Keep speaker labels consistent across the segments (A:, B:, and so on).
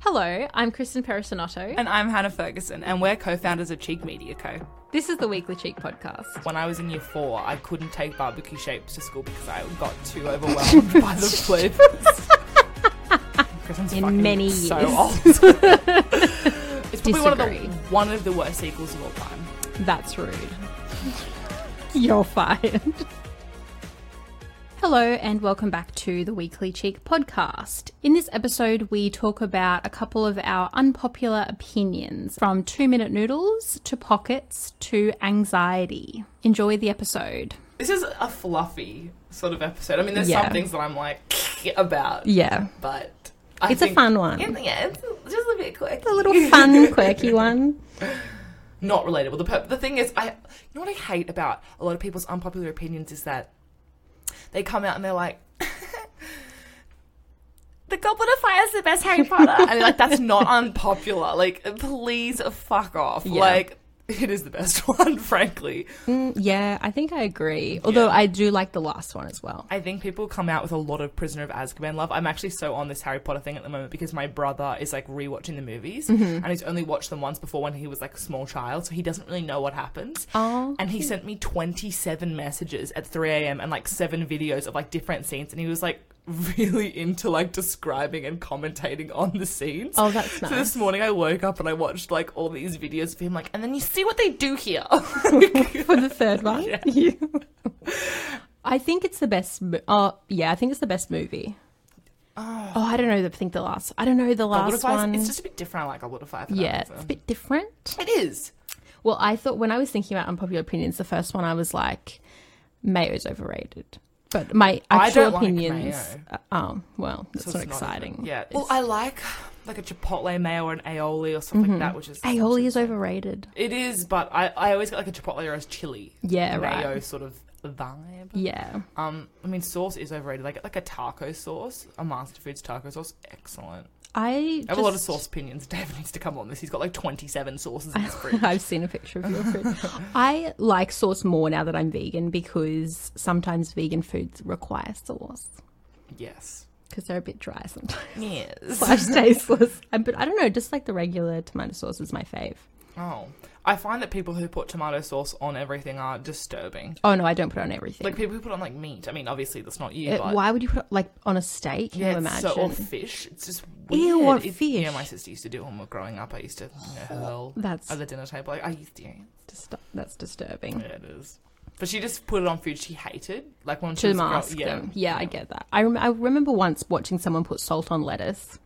A: Hello, I'm Kristen Perisonotto.
B: And I'm Hannah Ferguson, and we're co founders of Cheek Media Co.
A: This is the Weekly Cheek Podcast.
B: When I was in year four, I couldn't take barbecue shapes to school because I got too overwhelmed by the flavors. Kristen's
A: In
B: fucking
A: many
B: so
A: years.
B: old. it's probably one of, the,
A: Disagree.
B: one of the worst sequels of all time.
A: That's rude. You're fired. Hello, and welcome back to the Weekly Cheek Podcast. In this episode, we talk about a couple of our unpopular opinions from two minute noodles to pockets to anxiety. Enjoy the episode.
B: This is a fluffy sort of episode. I mean, there's
A: Yeah.
B: some things that I'm like about,
A: Yeah.
B: but I
A: It's a
B: think-
A: fun one.
B: Yeah, yeah, it's just a bit quick.
A: A little fun, quirky one.
B: not relatable. The per- the thing is, I you know what I hate about a lot of people's unpopular opinions is that they come out and they're like, "The Goblet of Fire is the best Harry Potter," and like that's not unpopular. Like, please fuck off.
A: Yeah.
B: Like, it is the best one, frankly.
A: Mm, Yeah, I think I agree.
B: Although
A: I do like the last one as well.
B: I think people come out with a lot of Prisoner of Azkaban love. I'm actually so on this Harry Potter thing at the moment because my brother is like rewatching the movies and he's only watched them once before when he was like a small child, so he doesn't really know what happens.
A: Oh.
B: And he sent me 27 messages at 3 a.m. and like seven videos of like different scenes, and he was like really into like describing and commentating on the scenes.
A: Oh, that's nice.
B: So this morning I woke up and I watched like all these videos of him like, and then you see what they do here. Like,
A: for the third one. I think it's the best. Mo- oh, yeah, I think it's the best movie.
B: Ah.
A: Oh, I don't know. The, think the last. I don't know the
B: Goblet
A: last
B: of Fire-
A: one.
B: It's just a bit different. I like Goblet of Fire. For
A: yeah,
B: that
A: it's a
B: reason.
A: bit different.
B: It is.
A: Well, I thought when I was thinking about unpopular opinions, the first one I was like, mayo's overrated. But my
B: I
A: actual
B: don't like
A: opinions.
B: mayo.
A: uh, oh well, that's
B: So
A: not
B: it's not
A: exciting.
B: even- yeah. Well,
A: It's-
B: I like like a chipotle mayo or an aioli or something like that, which is
A: Mm-hmm. aioli is overrated.
B: It is, but I, I always get like a chipotle or a chili
A: Yeah,
B: mayo
A: right.
B: sort of vibe.
A: Yeah,
B: Um, I mean, sauce is overrated. Like like a taco sauce, a Master Foods taco sauce, excellent.
A: I.
B: I have a lot of
A: just-
B: sauce opinions. David needs to come on this. He's got like twenty seven sauces in his fridge.
A: I've seen a picture of your food. I like sauce more now that I'm vegan because sometimes vegan foods require sauce
B: yes,
A: because they're a bit dry sometimes.
B: yes.
A: Slash tasteless. I- But I don't know, just like the regular tomato sauce is my fave.
B: Oh, I find that people who put tomato sauce on everything are disturbing.
A: Oh no, I don't put it on everything.
B: Like people who put it on like meat. I mean, obviously that's not you,
A: It-
B: but
A: why would you put it like on a steak? Can
B: Yeah,
A: you
B: it's
A: imagine?
B: so or fish. It's just weird.
A: Ew, or
B: It-
A: fish.
B: Yeah, my sister used to do it when we were growing up. I used to you know, hurl
A: That's
B: at the dinner table. Like, I used to. Yeah,
A: dis- that's disturbing.
B: it is. But she just put it on food she hated. Like when she
A: To
B: was grow-
A: mask them. Yeah, I get that. I, rem- I remember once watching someone put salt on lettuce.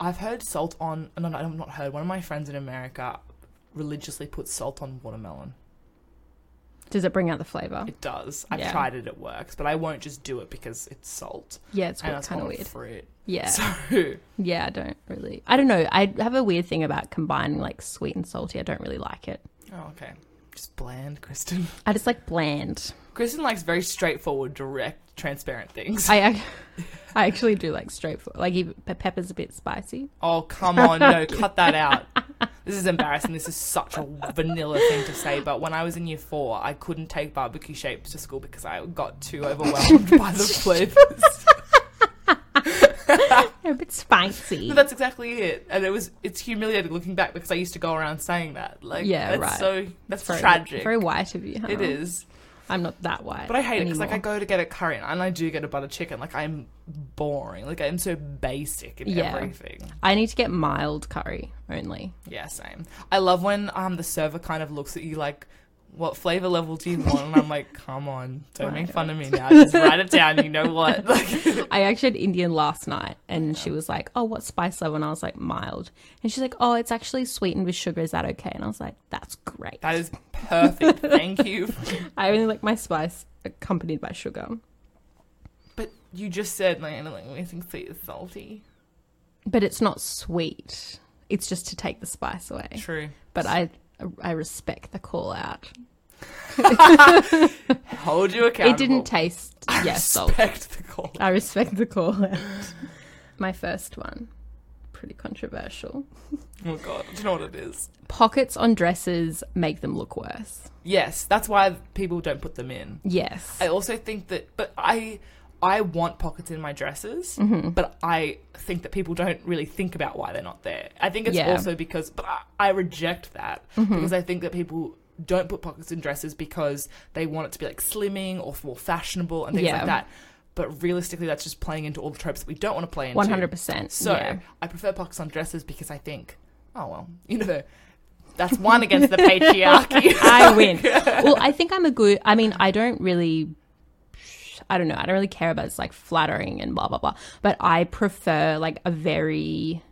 B: I've heard salt on. No, no, I've not heard. One of my friends in America religiously puts salt on watermelon.
A: Does it bring out the flavour?
B: It does. I've
A: Yeah.
B: tried it. It works. But I won't just do it because it's salt.
A: Yeah, it's
B: and it's
A: kind of
B: not
A: weird.
B: fruit.
A: Yeah.
B: So
A: Yeah, I don't really. I don't know. I have a weird thing about combining like sweet and salty. I don't really like it.
B: oh, okay. Just bland, Kristen.
A: I just like bland.
B: Kristen likes very straightforward, direct, transparent things.
A: I, ac- I actually do like straightforward. Like even pe- pepper's a bit spicy.
B: Oh, come on. No, cut that out. This is embarrassing. This is such a vanilla thing to say. But when I was in year four, I couldn't take barbecue shapes to school because I got too overwhelmed by the flavors.
A: They're a bit spicy.
B: But that's exactly it. And it was, it's humiliating looking back because I used to go around saying that. Like,
A: Yeah,
B: that's
A: right.
B: so, that's
A: Very-
B: tragic.
A: Very white of you. Hannah.
B: it is.
A: I'm not that white.
B: But I hate it because, like, I
A: anymore.
B: go to get a curry and I do get a butter chicken. Like, I'm boring. Like, I'm so basic in
A: Yeah.
B: everything.
A: I need to get mild curry only.
B: Yeah, same. I love when um the server kind of looks at you like, "What flavor level do you want?" And I'm like, "Come on, don't
A: Right.
B: make fun of me now. Just write it down. You know what?" Like,
A: I actually had Indian last night, and she was like, "Oh, what spice level?" And I was like, "Mild." And she's like, "Oh, it's actually sweetened with sugar. Is that okay?" And I was like, "That's great."
B: that is perfect. Thank you.
A: I only like my spice accompanied by sugar.
B: But you just said like, I don't like anything sweet is salty.
A: but it's not sweet. It's just to take the spice away.
B: True.
A: But I I respect the call out.
B: Hold you accountable.
A: It didn't taste yes salt.
B: Respect the call.
A: I respect the call out. My first one, pretty controversial.
B: Oh god, do you know what it is?
A: Pockets on dresses make them look worse.
B: Yes, that's why people don't put them in.
A: Yes.
B: I also think that, but I I want pockets in my dresses,
A: Mm-hmm.
B: but I think that people don't really think about why they're not there. I think it's
A: Yeah. Mm-hmm.
B: also because, but I, I reject that because I think that people don't put pockets in dresses because they want it to be like slimming or more fashionable and things
A: Yeah.
B: like that. But realistically, that's just playing into all the tropes that we don't want to play into.
A: One hundred percent.
B: So I prefer pockets on dresses because I think, oh well, you know, that's one against the patriarchy.
A: I win. well, I think I'm a good. I mean, I don't really. I don't know. I don't really care about it's like flattering and blah blah blah. But I prefer like a very.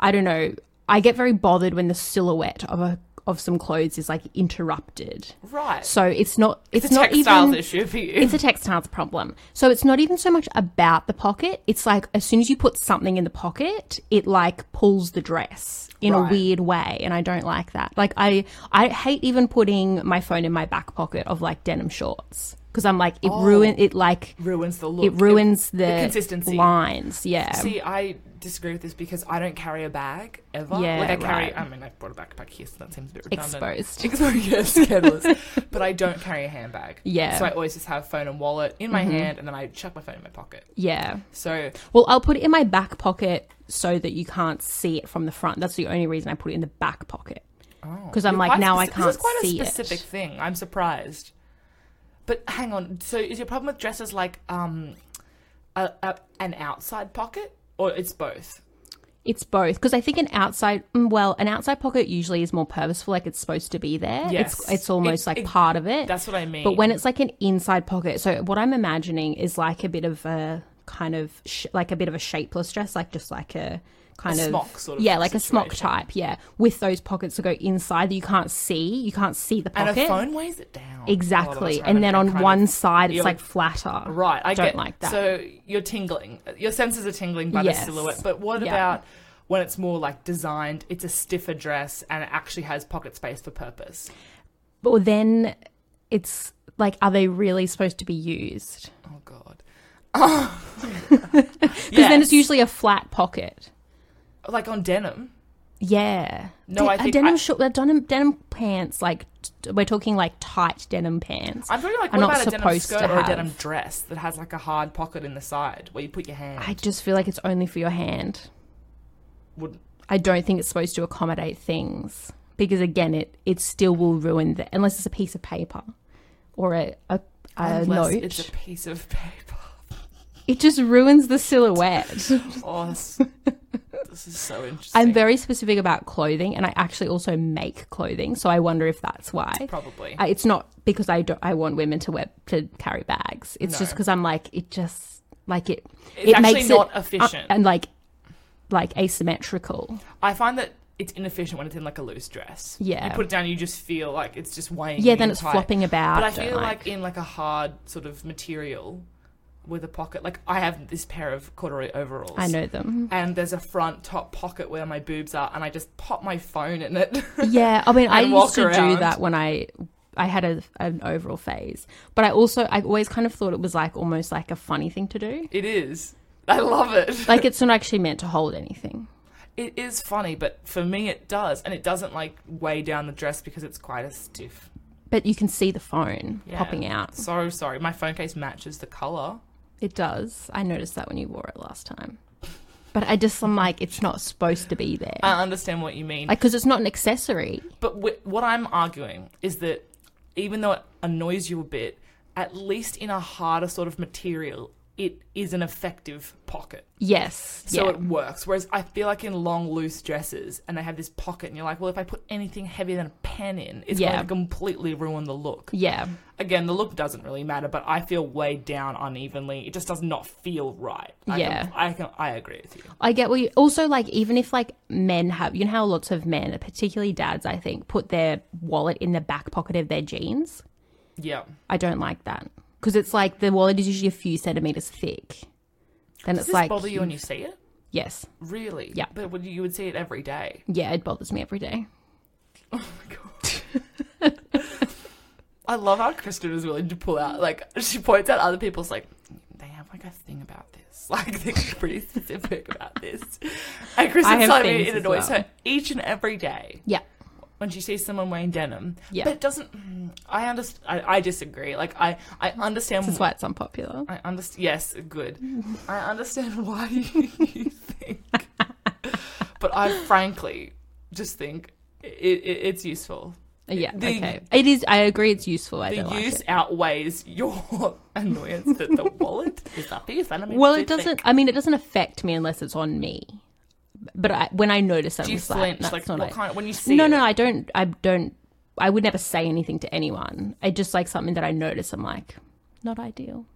A: I don't know. I get very bothered when the silhouette of a of some clothes is like interrupted.
B: right.
A: So it's not. It's,
B: it's a
A: not
B: textiles
A: even.
B: issue for you.
A: It's a textiles problem. So it's not even so much about the pocket. It's like as soon as you put something in the pocket, it like pulls the dress in a
B: Right.
A: weird way and I don't like that. Like I I hate even putting my phone in my back pocket of like denim shorts because I'm like it ruin it like
B: ruins the Oh. look.
A: it ruins the,
B: consistency.
A: lines. Yeah.
B: See, I disagree with this because I don't carry a bag ever.
A: Yeah,
B: like I carry.
A: right.
B: I mean, I brought a backpack here, so that seems a bit redundant.
A: Exposed.
B: Exposed. yes, careless. but I don't carry a handbag.
A: Yeah. Mm-hmm.
B: So I always just have phone and wallet in my hand, and then I chuck my phone in my pocket.
A: Yeah.
B: So
A: Well, I'll put it in my back pocket so that you can't see it from the front. That's the only reason I put it in the back pocket. Because I'm
B: You're
A: like
B: quite
A: now I
B: Oh. speci-
A: can't
B: This is quite
A: see
B: a specific
A: it.
B: thing. I'm surprised. But hang on. So is your problem with dresses like um, a, a, an outside pocket, or it's both?
A: It's both because I think an outside, mm, well, an outside pocket usually is more purposeful, like it's supposed to be there.
B: Yes.
A: It's it's almost
B: It-
A: like
B: it-
A: part of it.
B: That's what I mean.
A: But when it's like an inside pocket, so what I'm imagining is like a bit of a kind of sh- like a bit of a shapeless dress, like just like a kind
B: A
A: of
B: smock sort of
A: yeah, like a smock
B: situation.
A: type, yeah, with those pockets that go inside that you can't see, you can't see the
B: and
A: pocket
B: a phone weighs it down a lot of the
A: exactly,
B: time,
A: and then
B: it
A: on
B: kind of-
A: one side it's
B: you're
A: like flatter.
B: right. I
A: don't
B: get,
A: like that.
B: So you're tingling. Your senses are tingling by
A: Yes.
B: the silhouette. But what
A: Yeah.
B: about when it's more like designed? It's a stiffer dress and it actually has pocket space for purpose.
A: But then it's like, are they really supposed to be used?
B: Oh God.
A: Because then it's usually a flat pocket.
B: like on denim.
A: Yeah.
B: No,
A: De-
B: I
A: a
B: think
A: denim
B: I-
A: short, a denim denim pants. Like t- we're talking like tight denim pants.
B: I'm talking like
A: are
B: what
A: not
B: about a denim
A: supposed
B: skirt
A: to
B: or a
A: have.
B: denim dress that has like a hard pocket in the side where you put your hand?
A: I just feel like it's only for your hand.
B: Wouldn't.
A: I don't think it's supposed to accommodate things because again, it it still will ruin the unless it's a piece of paper or a a, a
B: Unless
A: note.
B: it's a piece of paper.
A: It just ruins the silhouette.
B: Oh, this, this is so interesting.
A: I'm very specific about clothing, and I actually also make clothing, so I wonder if that's why.
B: probably.
A: I, it's not because I don't, I want women to wear to carry bags. It's just
B: No.
A: because I'm like it just like it.
B: It's
A: it
B: actually
A: makes
B: not
A: it, uh,
B: efficient.
A: and like like asymmetrical.
B: I find that it's inefficient when it's in like a loose dress.
A: Yeah.
B: You put it down, you just feel like it's just weighing.
A: Yeah,
B: you
A: then it's
B: tight.
A: flopping about.
B: But I
A: don't
B: feel like.
A: like,
B: in like a hard sort of material with a pocket. Like I have this pair of corduroy overalls.
A: I know them.
B: And there's a front top pocket where my boobs are, and I just pop my phone in it.
A: Yeah, I mean, I
B: And walk
A: used to do
B: around.
A: that when I I had a, an overall phase, but I also I always kind of thought it was like almost like a funny thing to do.
B: it is. I love it.
A: Like it's not actually meant to hold anything.
B: It is funny, but for me it does, and it doesn't like weigh down the dress because it's quite a stiff.
A: But you can see the phone
B: Yeah.
A: popping out.
B: So sorry, my phone case matches the color.
A: It does. I noticed that when you wore it last time. But I just am like, it's not supposed to be there.
B: I understand what you mean,
A: like, because it's not an accessory.
B: but w- what I'm arguing is that even though it annoys you a bit, at least in a harder sort of material, it is an effective pocket,
A: Yes.
B: so
A: yeah.
B: it works. Whereas I feel like in long loose dresses, and they have this pocket, and you're like, well, if I put anything heavier than a pen in, it's
A: Yeah.
B: going to completely ruin the look.
A: yeah.
B: again, the look doesn't really matter, but I feel weighed down unevenly. It just does not feel right. I
A: Yeah.
B: can, I can, I agree with you.
A: I get what you also like, even if like men have, you know how lots of men, particularly dads, I think, put their wallet in the back pocket of their jeans.
B: Yeah,
A: I don't like that. Because it's like the wallet is usually a few centimeters thick. Then
B: does
A: it's
B: this
A: like.
B: bother you when you see it?
A: Yes.
B: Really?
A: Yeah.
B: but would, you would see it every day.
A: Yeah, it bothers me every day.
B: I love how Kristen is willing to pull out. Like she points out other people's like they have like a thing about this. Like they're pretty specific about this. And
A: I
B: Kristen's
A: have
B: telling me
A: things
B: it
A: as
B: annoys
A: well.
B: her each and every day.
A: Yeah.
B: when she sees someone wearing denim.
A: Yeah.
B: But it doesn't. mm, I understand. I, I disagree. Like I, I understand.
A: That's why it's unpopular.
B: I understand. Yes, good. I understand why you think, but I frankly just think it, it, it's useful.
A: Yeah,
B: the-
A: okay. It is. I agree. It's useful. I
B: The
A: don't like
B: use
A: it.
B: outweighs your annoyance that the wallet is up here. I mean,
A: Well,
B: do
A: it doesn't.
B: think-
A: I mean, it doesn't affect me unless it's on me. But I, when I notice that,
B: Do you
A: it's like,
B: flinch?
A: that's
B: Like
A: not
B: what
A: it.
B: kind? When you see
A: No,
B: it,
A: no, I don't. I don't. I would never say anything to anyone. I just like something that I notice. I'm like, not ideal.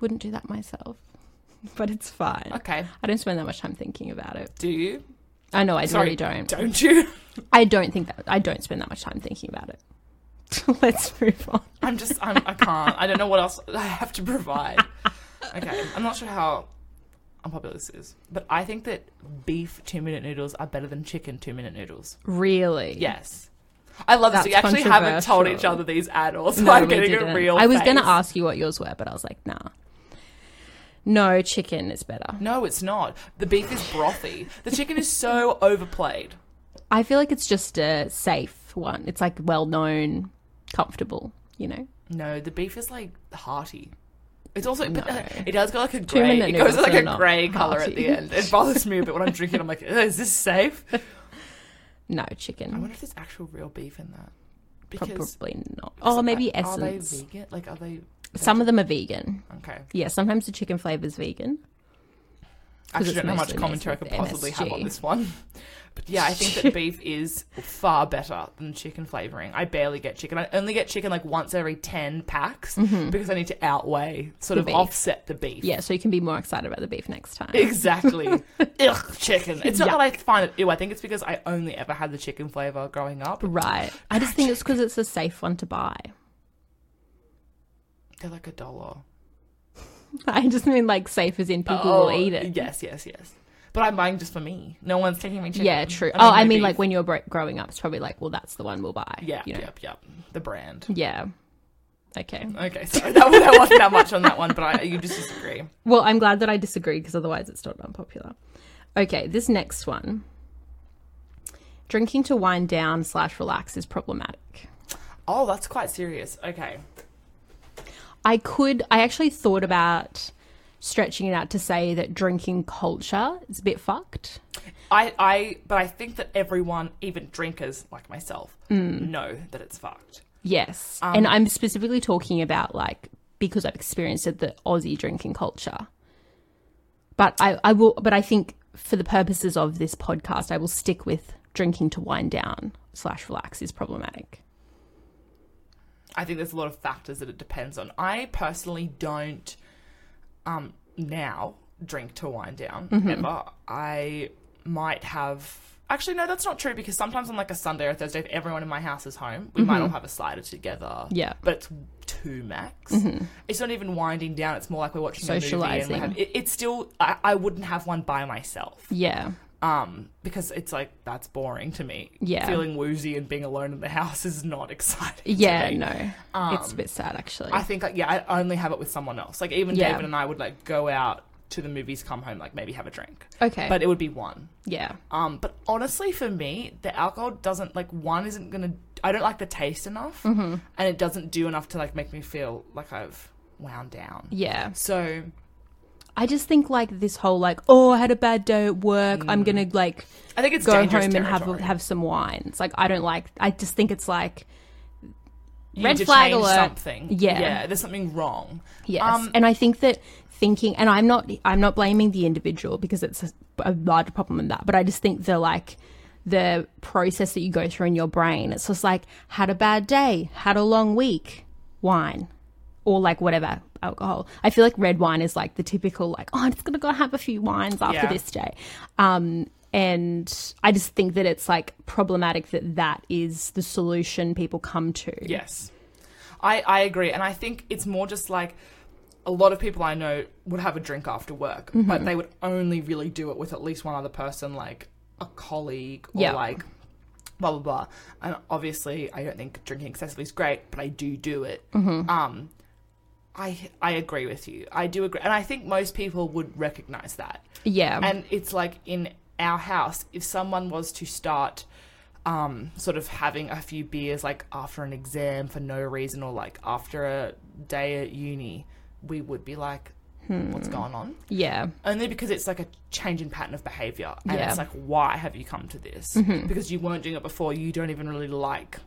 A: Wouldn't do that myself. But it's fine.
B: Okay.
A: I don't spend that much time thinking about it.
B: Do you?
A: I know. I
B: Sorry,
A: really don't.
B: Don't you?
A: I don't think that. I don't spend that much time thinking about it. Let's move on.
B: I'm just. I'm, I can't. I don't know what else I have to provide. Okay. I'm not sure how unpopular this is, but I think that beef two minute noodles are better than chicken two minute noodles.
A: Really?
B: Yes. I love this.
A: That's
B: We actually haven't told each
A: controversial.
B: other these at all, so
A: No,
B: I'm
A: we
B: getting
A: didn't.
B: a real.
A: I was
B: going
A: gonna ask you what yours were, but I was like, nah. No, chicken is better.
B: No, it's not. The beef is brothy. The chicken is so overplayed.
A: I feel like it's just a safe one. It's like well known, comfortable. You know,
B: No, the beef is like hearty. It's also, but, uh,
A: No.
B: it does go like a
A: Two
B: grey.
A: minute
B: It goes
A: noodles
B: like
A: are
B: a
A: not
B: grey color at
A: hearty.
B: the end. It bothers me a bit when I'm drinking. I'm like, "Ugh, is this safe?
A: no
B: I
A: chicken.
B: wonder if there's actual real beef in that. Because
A: Probably not. Oh,
B: so,
A: maybe
B: uh, Are they
A: essence.
B: vegan? Like, are they?
A: Some of them are vegan.
B: Okay.
A: Yeah, sometimes the chicken flavor is vegan.
B: I actually
A: it's
B: don't know how much
A: mostly
B: commentary I
A: made
B: could
A: with
B: possibly have on
A: MSG.
B: this one. But yeah, I think that beef is far better than chicken flavoring. I barely get chicken. I only get chicken like once every 10 packs because I need to outweigh, sort
A: Mm-hmm. The beef.
B: of offset the beef.
A: Yeah, so you can be more excited about the beef next time.
B: Exactly. Ugh, chicken. It's not that I find it ew. I think it's because I only ever had the chicken flavor growing up.
A: Right.
B: Ah,
A: I just think it's because it's a safe one to buy.
B: They're like a dollar.
A: I just mean like safe as in people
B: Oh,
A: will eat it.
B: Yes, yes, yes. But I'm buying just for me. No one's taking me chicken.
A: Yeah, true.
B: I'm
A: oh, I
B: eating
A: mean,
B: beef.
A: like when you're bro- growing up, it's probably like, well, that's the one we'll buy.
B: Yep,
A: you know?
B: yep, yep. The brand.
A: yeah. Okay.
B: Okay, sorry. That, that wasn't that much on that one, but I, you just disagree.
A: Well, I'm glad that I disagree because otherwise it's not unpopular. Okay, this next one. Drinking to wind down slash relax is problematic.
B: Oh, that's quite serious. Okay.
A: I could, I actually thought about stretching it out to say that drinking culture is a bit fucked.
B: I, I, but I think that everyone, even drinkers like myself,
A: Mm.
B: know that it's fucked.
A: Yes.
B: Um,
A: and I'm specifically talking about like because I've experienced it, the Aussie drinking culture. But I, I will but I think for the purposes of this podcast, I will stick with drinking to wind down slash relax is problematic.
B: I think there's a lot of factors that it depends on. I personally don't, um, now drink to wind down
A: Mm-hmm.
B: ever. I might have. Actually, no, that's not true because sometimes on like a Sunday or a Thursday, if everyone in my house is home, we might all have a cider together.
A: Mm-hmm. Yeah. Mm-hmm.
B: but it's two max. It's not even winding down. It's more like we're watching a movie.
A: Socialising.
B: And we have, it, it's still. I, I wouldn't have one by myself.
A: Yeah.
B: Um, because it's like that's boring to me.
A: Yeah.
B: feeling woozy and being alone in the house is not exciting. to
A: Yeah,
B: me.
A: no. it's a bit sad actually.
B: um, I think like yeah, I only have it with someone else. Like even
A: Yeah.
B: David and I would like go out to the movies, come home, like maybe have a drink,
A: okay.
B: but it would be one.
A: yeah.
B: Um, but honestly, for me, the alcohol doesn't like one isn't gonna. I don't like the taste enough,
A: Mm.
B: and it doesn't do enough to like make me feel like I've wound down.
A: Yeah.
B: So
A: I just think like this whole like, oh, I had a bad day at work. I'm going to like
B: I think Mm. it's
A: go home
B: dangerous
A: and have
B: territory.
A: have some wine. It's like I don't like I just think it's like
B: You
A: red
B: need to
A: flag
B: change
A: alert.
B: Something.
A: Yeah.
B: yeah. There's something wrong.
A: Yes,
B: Um,
A: and I think that thinking, and I'm not, I'm not blaming the individual because it's a, a larger problem than that. But I just think the like the process that you go through in your brain, it's just like had a bad day, had a long week, wine, or like whatever alcohol. I feel like red wine is like the typical like, oh, I'm just gonna go have a few wines after
B: Yeah.
A: this day. Um, and I just think that it's like problematic that that is the solution people come to.
B: Yes. I, I agree. And I think it's more just like a lot of people I know would have a drink after work, but they would only really do it with at least one other person, like a colleague or
A: Yeah.
B: like blah, blah, blah. And obviously, I don't think drinking excessively is great, but I do do it. Um, I, I agree with you. I do agree. And I think most people would recognize that.
A: Yeah.
B: And it's like in our house, if someone was to start um, sort of having a few beers like after an exam for no reason or like after a day at uni, we would be like,
A: Hmm.
B: what's going on?
A: Yeah.
B: Only because it's like a change in pattern of behavior. And
A: Yeah. Mm-hmm.
B: it's like, why have you come to this? Because you weren't doing it before. You don't even really like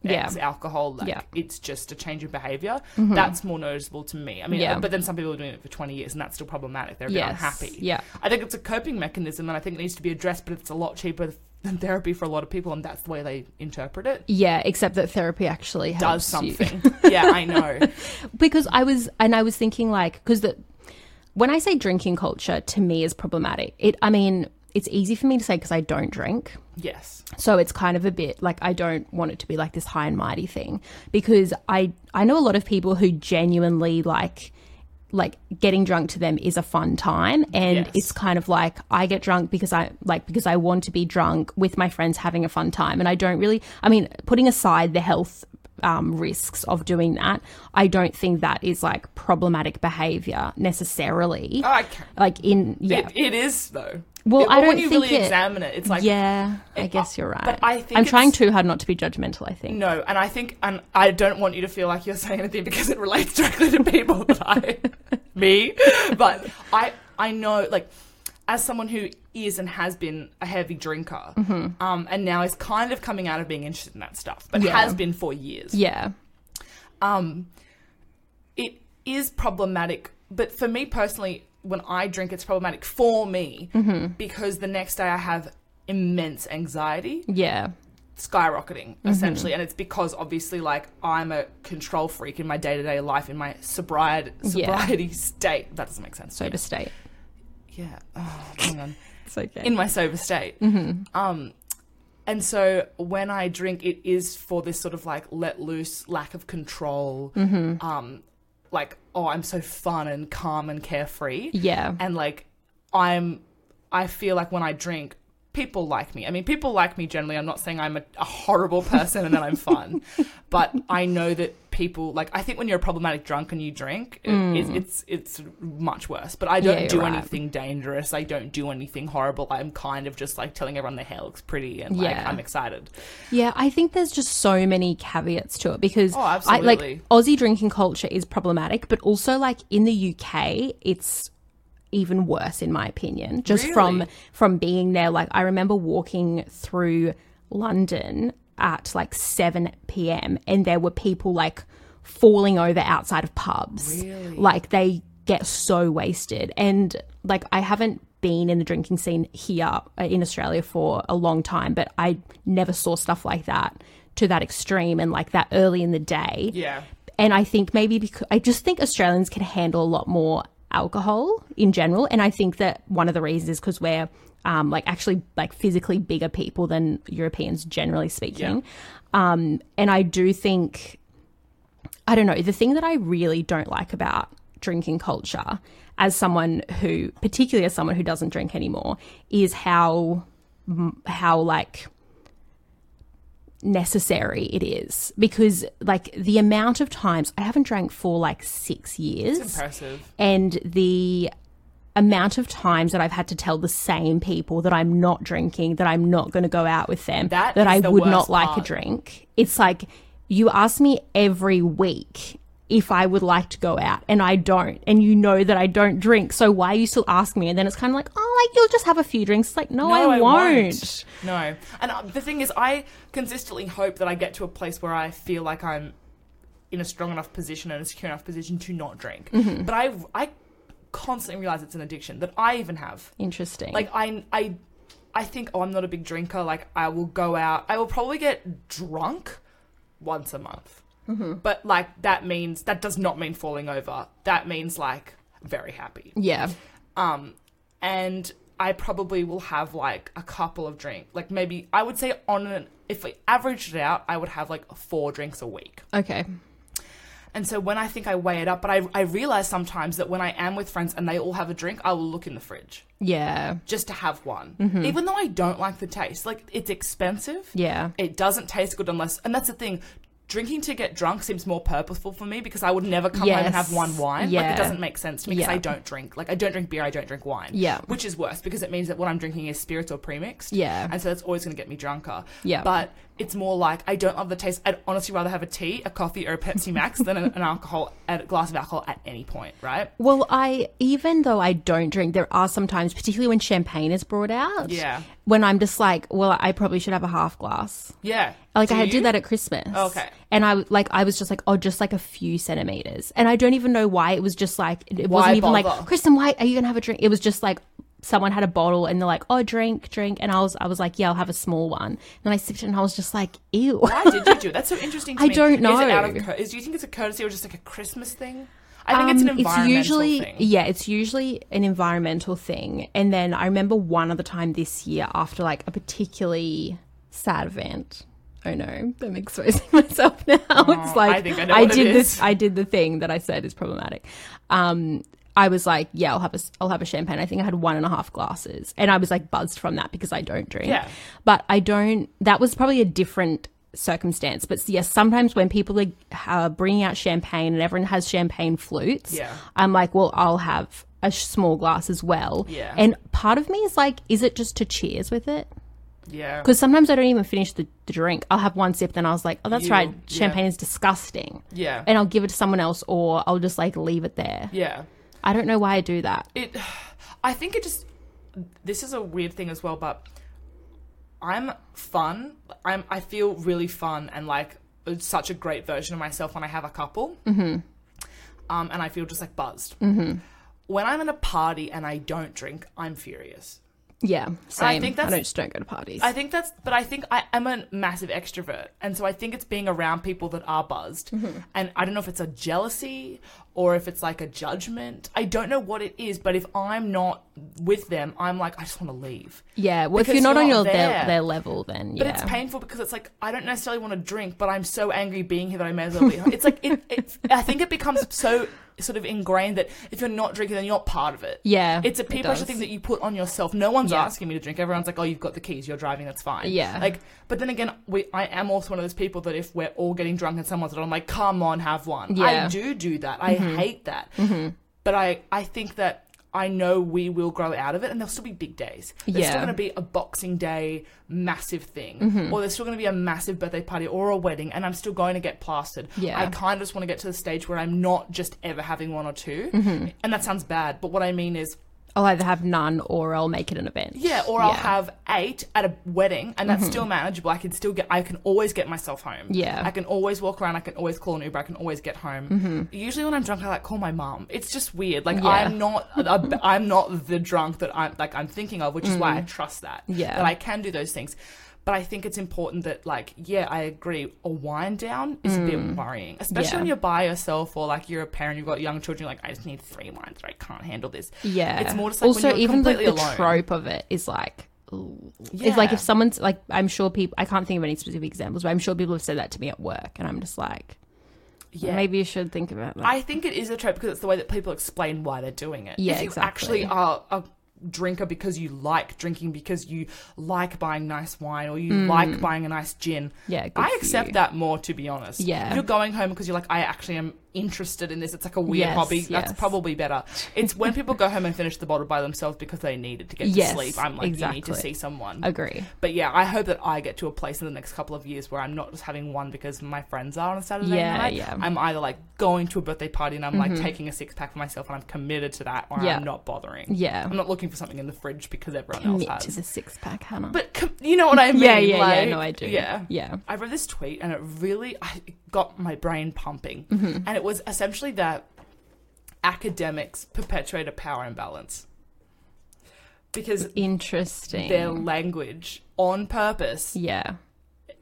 A: Yeah.
B: X alcohol. Like,
A: Yeah. Mm-hmm.
B: It's just a change in behavior. That's more noticeable to me. I mean,
A: Yeah.
B: but then some people are doing it for 20 years and that's still problematic. They're a bit
A: Yes.
B: unhappy.
A: Yeah.
B: I think it's a coping mechanism and I think it needs to be addressed, but it's a lot cheaper than therapy for a lot of people. And that's the way they interpret it.
A: Yeah, except that therapy actually
B: Does
A: helps you.
B: something. yeah, I know.
A: because I was and I was thinking like because the when I say drinking culture to me is problematic. It I mean it's easy for me to say because I don't drink.
B: Yes.
A: So it's kind of a bit like I don't want it to be like this high and mighty thing because I I know a lot of people who genuinely like like getting drunk to them is a fun time and
B: Yes.
A: it's kind of like I get drunk because I like because I want to be drunk with my friends having a fun time and I don't really I mean putting aside the health um, risks of doing that I don't think that is like problematic behavior necessarily
B: Oh, I can.
A: like in yeah
B: It, it is though.
A: Well,
B: It-
A: I
B: when
A: don't
B: you
A: think
B: really
A: it-
B: examine it, it's like
A: yeah I
B: it-
A: guess you're right
B: but I think
A: I'm trying
B: it's-
A: too hard not to be judgmental I think
B: no, and I think, and I don't want you to feel like you're saying anything because it relates directly to people that I, me, but I, I know, like, as someone who is and has been a heavy drinker, um, and now is kind of coming out of being interested in that stuff, but
A: Mm-hmm. Yeah.
B: has been for years.
A: yeah
B: um, it is problematic. But for me personally, when I drink, it's problematic for me because the next day I have immense anxiety,
A: Yeah.
B: skyrocketing essentially, and it's because obviously, like I'm a control freak in my day to day life, in my sobriety sobriety state. That doesn't make sense.
A: Sober state.
B: Yeah. Oh, hang on
A: It's okay.
B: in my sober state. Um, and so when I drink, it is for this sort of like let loose, lack of control. Um, like, oh, I'm so fun and calm and carefree.
A: yeah.
B: And like, I'm, I feel like when I drink, people like me. I mean, people like me generally. I'm not saying I'm a, a horrible person and that I'm fun, but I know that people like. I think when you're a problematic drunk and you drink, it, it's, it's it's much worse. But I don't
A: Mm. Yeah, you're
B: do
A: right.
B: anything dangerous. I don't do anything horrible. I'm kind of just like telling everyone their hair looks pretty and like
A: Yeah.
B: I'm excited.
A: Yeah, I think there's just so many caveats to it because
B: Oh,
A: I like
B: absolutely.
A: Aussie drinking culture is problematic, but also like in the UK, it's even worse in my opinion. Just from
B: Really?
A: from being there like I remember walking through London at like 7 p.m. and there were people like falling over outside of pubs.
B: Really?
A: Like they get so wasted and like I haven't been in the drinking scene here uh, in Australia for a long time, but I never saw stuff like that to that extreme and like that early in the day.
B: Yeah.
A: And I think maybe because I just think Australians can handle a lot more alcohol in general. And I think that one of the reasons is because we're um, like actually like physically bigger people than Europeans generally speaking. Um, and I do think I don't know. The thing that I really don't like about drinking culture, as someone who, particularly as someone who doesn't drink anymore, is how m- how like necessary it is because like the amount of times I haven't drank for like six years
B: Impressive.
A: and the amount of times that I've had to tell the same people that I'm not drinking, that I'm not going to go out with them,
B: That is
A: I
B: the
A: would
B: worst
A: not like a
B: part.
A: drink. It's like you ask me every week if I would like to go out and I don't and you know that I don't drink so why are you still asking me and then it's kind of like oh like you'll just have a few drinks It's like no, I, won't.
B: No. And uh, the thing is, I consistently hope that I get to a place where I feel like I'm in a strong enough position and a secure enough position to not drink. But I, I constantly realize it's an addiction that I even have.
A: interesting
B: Like, I, I, I think, oh, I'm not a big drinker. Like, I will go out. I will probably get drunk once a month. But, like, that means, that does not mean falling over. That means, like, very happy
A: yeah
B: um and i probably will have like a couple of drink like maybe i would say on an if i averaged it out i would have like four drinks a week
A: okay
B: and so when i think i weigh it up but i, I realize sometimes that when i am with friends and they all have a drink i will look in the fridge
A: yeah
B: just to have one even though i don't like the taste like it's expensive
A: yeah
B: it doesn't taste good unless and that's the thing drinking to get drunk seems more purposeful for me because I would never come home and have
A: Yes.
B: one wine. Like
A: Yeah.
B: it doesn't make sense to me because
A: Yeah.
B: I don't drink. Like I don't drink beer, I don't drink wine.
A: Yeah.
B: Which is worse because it means that what I'm drinking is spirits or premixed.
A: Yeah.
B: And so that's always going to get me drunker.
A: Yeah.
B: But it's more like I don't love the taste. I'd honestly rather have a tea, a coffee, or a Pepsi Max than an, an alcohol, a glass of alcohol at any point, right?
A: Well, I even though I don't drink, there are sometimes, particularly when champagne is brought out,
B: Yeah.
A: when I'm just like, well, I probably should have a half glass.
B: Yeah.
A: Like I had
B: you?
A: did that at Christmas.
B: Okay.
A: And I w- like I was just like, oh, just like a few centimeters, and I don't even know why it was just like it it
B: Why
A: wasn't even
B: bother?
A: like Kristen, why are you gonna have a drink? It was just like someone had a bottle and they're like, oh, drink, drink, and I was I was like, yeah, I'll have a small one, and I sipped it and I was just like, ew.
B: Why did you do it? That's so interesting to
A: I
B: me.
A: don't
B: Is it
A: know.
B: out of cur- is, do you think it's a courtesy or just like a Christmas thing? I think it's an
A: Um,
B: environmental
A: usually
B: thing.
A: yeah it's usually an environmental thing and then i remember one other time this year after like a particularly sad event oh no i'm exposing myself now it's like
B: I think I know what it
A: did
B: is.
A: this i did the thing that i said is problematic um I was like, yeah, I'll have a, I'll have a champagne. I think I had one and a half glasses, and I was like buzzed from that because I don't drink.
B: Yeah.
A: But I don't. That was probably a different circumstance. But yes, sometimes when people are uh, bringing out champagne and everyone has champagne flutes,
B: Yeah.
A: I'm like, well, I'll have a sh- small glass as well.
B: Yeah.
A: And part of me is like, is it just to cheers with it?
B: Yeah.
A: Because sometimes I don't even finish the, the drink. I'll have one sip, then I was like, oh, that's
B: Ew,
A: right,
B: yeah.
A: champagne is disgusting.
B: Yeah.
A: And I'll give it to someone else, or I'll just like leave it there.
B: yeah.
A: I don't know why I do that.
B: It. I think it just. This is a weird thing as well, but I'm fun. I'm. I feel really fun and like it's such a great version of myself when I have a couple. Mm-hmm. Um, and I feel just like buzzed. Mm-hmm. When I'm in a party and I don't drink, I'm furious.
A: Yeah, same. I,
B: think that's-
A: don't, just don't go to parties.
B: I think that's, but I think I am a massive extrovert, and so I think it's being around people that are buzzed, and I don't know if it's a jealousy or if it's like a judgment. I don't know what it is, but if I'm not with them, I'm like I just want to leave.
A: yeah, well, if
B: because
A: you're not
B: you're
A: on
B: not
A: your
B: there.
A: their, their level, then yeah.
B: But it's painful because it's like I don't necessarily want to drink, but I'm so angry being here that I may as well be. home. It's like it, it. I think it becomes so sort of ingrained that if you're not drinking, then you're not part of it.
A: yeah,
B: It's a peer pressure
A: does.
B: thing that you put on yourself. No one's
A: Yeah.
B: asking me to drink. Everyone's like, "Oh, you've got the keys. You're driving. That's fine."
A: Yeah.
B: Like, but then again, we, I am also one of those people that if we're all getting drunk and someone's not, I'm like, "Come on, have one." I
A: Yeah. Mm-hmm.
B: do do that. I hate that. But I, I think that I know we will grow out of it, and there'll still be big days. There's still
A: Yeah. Mm-hmm.
B: going to be a Boxing Day massive thing, or there's still going to be a massive birthday party or a wedding, and I'm still going to get plastered.
A: Yeah.
B: I kind of just want to get to the stage where I'm not just ever having one or 2
A: Mm-hmm.
B: and that sounds bad. But what I mean is.
A: I'll either have none or I'll make it an event.
B: Yeah, or I'll have eight at a wedding, and that's still manageable. I can still get, I can always get myself home.
A: Mm-hmm. Yeah.
B: I can always walk around. I can always call an Uber. I can always get home. Usually, when I'm drunk, I like call my mom. It's just weird. Like
A: Mm-hmm. Yeah.
B: I'm not, a, I'm not the drunk that I'm like I'm thinking of, which is why I trust that.
A: Mm. Yeah.
B: that I can do those things. But I think it's important that, like, yeah, I agree. A wind down is a bit worrying, especially
A: Mm. Yeah.
B: when you're by yourself or like you're a parent, you've got young children. You're like, I just need three wines, or I can't handle this.
A: Yeah.
B: it's more just like when
A: also
B: you're
A: even the,
B: completely
A: the
B: alone.
A: trope of it is like ooh. it's like
B: Yeah.
A: if someone's like I'm sure people I can't think of any specific examples, but I'm sure people have said that to me at work, and I'm just like
B: Yeah.
A: maybe you should think about that.
B: I think it is a trope because it's the way that people explain why they're doing it.
A: Yeah,
B: if you
A: exactly.
B: actually are a drinker because you like drinking, because you like buying nice wine, or you like buying a nice gin,
A: yeah, Mm. good
B: I
A: for
B: accept
A: you.
B: that more, to be honest.
A: Yeah.
B: If you're going home because you're like, I actually am interested in this. It's like a weird
A: Yes,
B: hobby. That's
A: yes.
B: probably better. It's when people go home and finish the bottle by themselves because they needed to get
A: Yes,
B: to sleep. I'm like, you need to
A: exactly.
B: see someone.
A: Agree.
B: But yeah, I hope that I get to a place in the next couple of years where I'm not just having one because my friends are on a Saturday
A: Yeah,
B: night.
A: yeah.
B: I'm either like going to a birthday party and I'm like taking a six pack for myself and I'm committed to that, or
A: Mm-hmm. Yeah.
B: I'm not bothering.
A: Yeah,
B: I'm not looking for something in the fridge because everyone
A: commit
B: else
A: to
B: has.
A: the six pack, Hannah.
B: But com- you know what I mean?
A: yeah, yeah, yeah.
B: like,
A: No, I do.
B: Yeah.
A: yeah.
B: I read this tweet and it really I, it got my brain pumping.
A: Mm-hmm.
B: And it was essentially that academics perpetuate a power imbalance. Because
A: Interesting.
B: their language on purpose
A: yeah.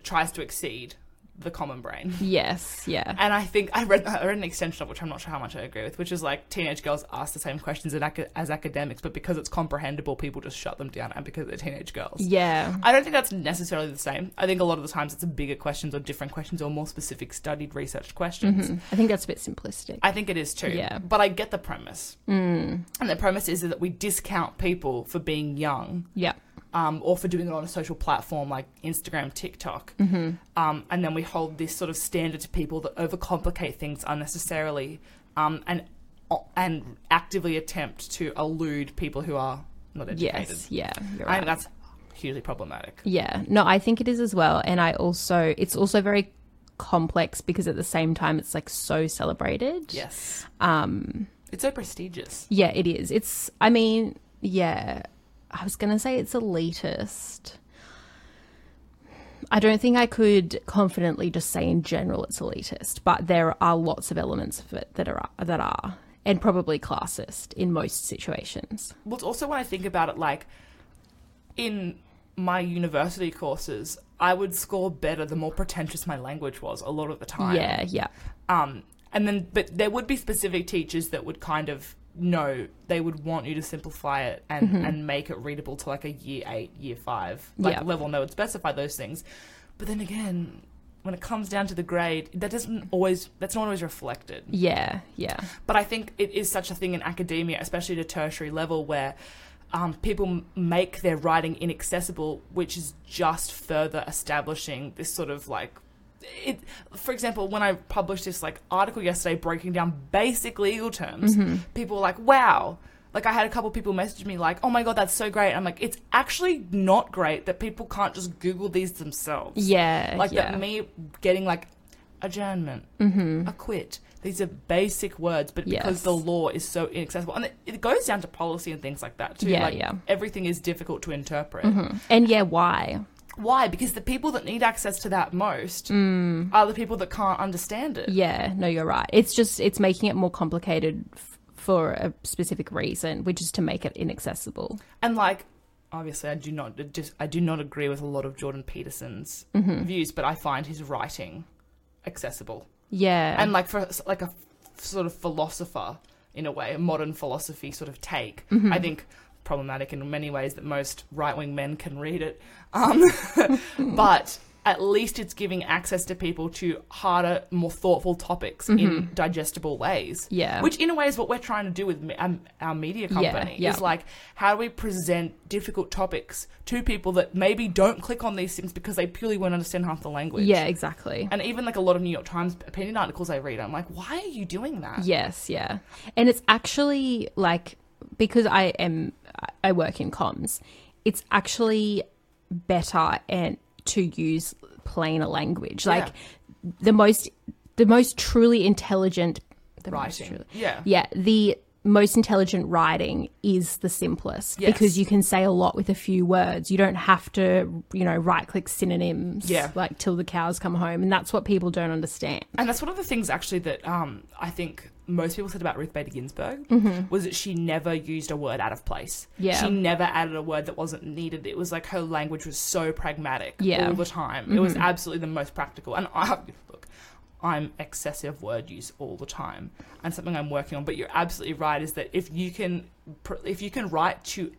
B: tries to exceed the common brain.
A: Yes. Yeah.
B: And I think I read, I read an extension of which I'm not sure how much I agree with, which is like teenage girls ask the same questions as, ac- as academics, but because it's comprehensible, people just shut them down, and because they're teenage girls.
A: Yeah.
B: I don't think that's necessarily the same. I think a lot of the times it's bigger questions or different questions or more specific studied research questions.
A: Mhm. I think that's a bit simplistic.
B: I think it is too.
A: Yeah.
B: But I get the premise.
A: Mm.
B: And the premise is that we discount people for being young
A: Yeah.
B: um, or for doing it on a social platform like Instagram, TikTok.
A: Mm-hmm.
B: Um, and then we hold this sort of standard to people that overcomplicate things unnecessarily um, and and actively attempt to elude people who are not educated.
A: Yes, yeah. You're
B: I
A: right.
B: think that's hugely problematic.
A: Yeah, no, I think it is as well. And I also, it's also very complex because at the same time, it's like so celebrated.
B: Yes.
A: Um,
B: It's so prestigious.
A: yeah, it is. It's, I mean, yeah, I was going to say it's elitist. I don't think I could confidently just say in general it's elitist, but there are lots of elements of it that are, that are, and probably classist in most situations.
B: Well, it's also when I think about it, like in my university courses, I would score better the more pretentious my language was a lot of the time.
A: Yeah, yeah.
B: Um, and then, but there would be specific teachers that would kind of know they would want you to simplify it and, and make it readable to like a year eight, year five like
A: Yeah.
B: level, and they would specify those things. But then again, when it comes down to the grade, that doesn't always that's not always reflected.
A: Yeah, yeah.
B: But I think it is such a thing in academia, especially at a tertiary level, where um, people m- make their writing inaccessible, which is just further establishing this sort of like. It, for example, when I published this like article yesterday breaking down basic legal
A: Mm-hmm.
B: terms, people were like, "Wow." Like I had a couple people message me like, "Oh my god, that's so great." I'm like, "It's actually not great that people can't just Google these themselves."
A: Yeah,
B: like
A: yeah. Mm-hmm.
B: that me getting like adjournment acquit these are basic words but
A: Yes.
B: because the law is so inaccessible and it, it goes down to policy and things like that too
A: Yeah,
B: like
A: yeah. Mm-hmm.
B: everything is difficult to interpret
A: and yeah, why?
B: why because the people that need access to that most are the people that can't understand it
A: Mm. Yeah, no, you're right. It's just it's making it more complicated f- for a specific reason, which is to make it inaccessible.
B: and like obviously i do not just i do not agree with a lot of jordan peterson's
A: Mm-hmm. Mm.
B: views but i find his writing accessible
A: Yeah,
B: and like for s- like a f- sort of philosopher in a way a modern philosophy sort of take
A: Hmm. Mm-hmm.
B: i think problematic in many ways that most right-wing men can read it um, but at least it's giving access to people to harder more thoughtful topics in digestible ways
A: Mm-hmm. yeah,
B: which in a way is what we're trying to do with me- um, our media
A: Yeah,
B: company
A: yeah.
B: is like how do we present difficult topics to people that maybe don't click on these things because they purely won't understand half the language
A: yeah, exactly.
B: and even like a lot of New York Times opinion articles I read, I'm like, why are you doing that?
A: Yes, yeah. And it's actually like because I am I work in comms, it's actually better and to use plainer language.
B: Yeah.
A: Like the most the most truly intelligent the most
B: Writing.
A: truly-
B: Yeah.
A: Yeah, the most intelligent writing is the simplest
B: Yes.
A: because you can say a lot with a few words. You don't have to, you know, right click synonyms
B: Yeah.
A: like till the cows come home and that's what people don't understand.
B: And that's one of the things actually that um, I think most people said about Ruth Bader Ginsburg was that she never used a word out of place.
A: Mm-hmm. Yeah.
B: She never added a word that wasn't needed. It was like her language was so pragmatic
A: Yeah. Mm-hmm.
B: all the time. It was absolutely the most practical. And I look, I'm excessive word use all the time, and something I'm working on. But you're absolutely right is that if you can pr- if you can write to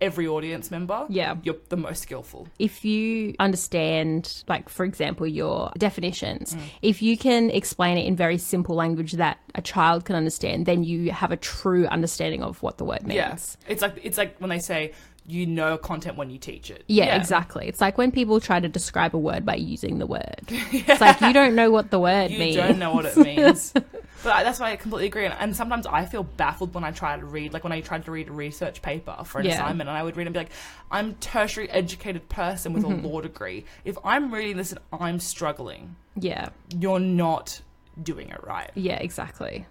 B: every audience member,
A: Yeah.
B: you're the most skillful.
A: if you understand like for example your definitions
B: Mm.
A: if you can explain it in very simple language that a child can understand then you have a true understanding of what the word means
B: Yeah. It's like it's like when they say you know content when you teach it.
A: Yeah, exactly. It's like when people try to describe a word by using the word. It's like you don't know what the word
B: You
A: means.
B: don't know what it means. but I, that's why I completely agree. And, and sometimes I feel baffled when I try to read, like when I tried to read a research paper for an
A: Yeah.
B: assignment, and I would read and be like, I'm tertiary educated person with
A: Mm-hmm.
B: a law degree. If I'm reading this and I'm struggling,
A: Yeah,
B: you're not doing it right.
A: yeah, exactly.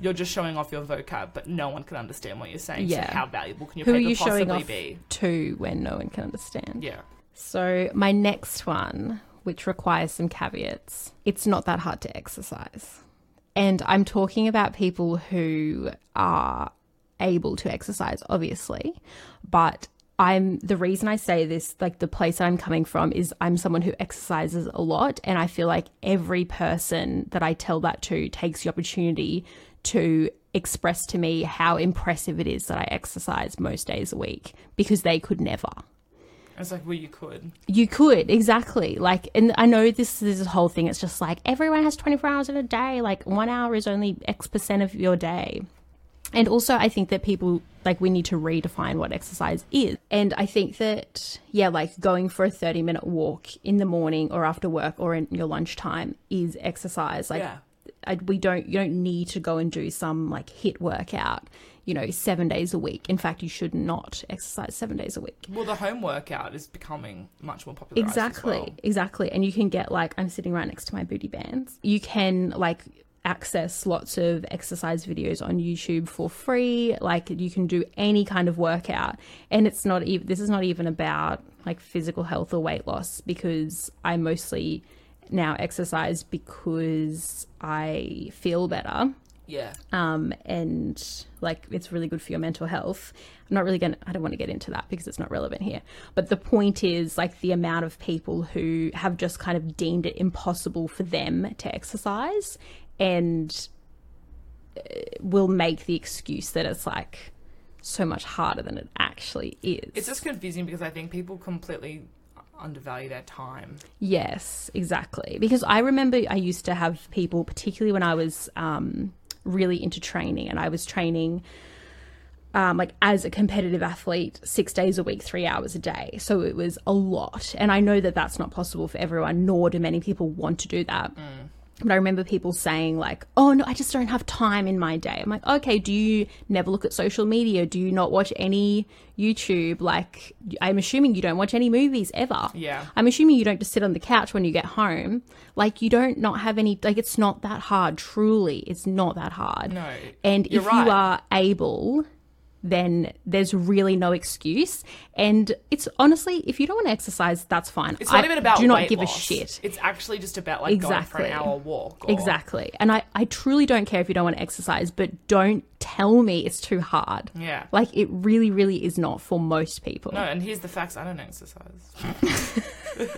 B: You're just showing off your vocab, but no one can understand what you're saying.
A: Yeah.
B: So how valuable can your
A: Who are
B: paper
A: you
B: possibly
A: showing off
B: be?
A: to when no one can understand?
B: Yeah.
A: So, my next one, which requires some caveats, it's not that hard to exercise. And I'm talking about people who are able to exercise, obviously, but I'm the reason I say this, like the place I'm coming from is I'm someone who exercises a lot. And I feel like every person that I tell that to takes the opportunity to express to me how impressive it is that I exercise most days a week because they could never.
B: It's like, well, you could.
A: You could exactly like, and I know this this is a whole thing. It's just like everyone has twenty four hours in a day. Like one hour is only X percent of your day, And also, I think that people like we need to redefine what exercise is. And I think that, yeah, like going for a 30 minute walk in the morning or after work or in your lunchtime is exercise. Like,
B: Yeah.
A: I, we don't, you don't need to go and do some like hit workout, you know, seven days a week. In fact, you should not exercise seven days a week.
B: Well, the home workout is becoming much more popular.
A: Exactly, exactly. And you can get like, I'm sitting right next to my booty bands. You can like access lots of exercise videos on YouTube for free. Like, you can do any kind of workout. And it's not even, this is not even about like physical health or weight loss because I mostly now exercise because I feel better
B: Yeah.
A: um, and like it's really good for your mental health. I'm not really going to, I don't want to get into that because it's not relevant here. But the point is like the amount of people who have just kind of deemed it impossible for them to exercise and uh, will make the excuse that it's like so much harder than it actually is.
B: It's just confusing because I think people completely undervalue their time.
A: Yes, exactly. Because I remember I used to have people, particularly when I was um, really into training and I was training um, like as a competitive athlete six days a week, three hours a day. So it was a lot. And I know that that's not possible for everyone, nor do many people want to do that.
B: Mm.
A: But I remember people saying, like, oh no, I just don't have time in my day. I'm like, okay, do you never look at social media? Do you not watch any YouTube? Like, I'm assuming you don't watch any movies ever.
B: Yeah.
A: I'm assuming you don't just sit on the couch when you get home. Like, you don't not have any, like, it's not that hard. Truly, it's not that hard.
B: No,
A: And
B: you're
A: if
B: right.
A: you are able, then there's really no excuse. And it's honestly, if you don't want to exercise, that's fine.
B: It's not
A: I
B: even about
A: do not
B: weight
A: give
B: loss.
A: a shit.
B: It's actually just about like going
A: Exactly.
B: for an hour walk. Or,
A: Exactly. And I, I truly don't care if you don't want to exercise, but don't tell me it's too hard.
B: Yeah.
A: Like it really, really is not for most people.
B: No, and here's the facts. I don't exercise.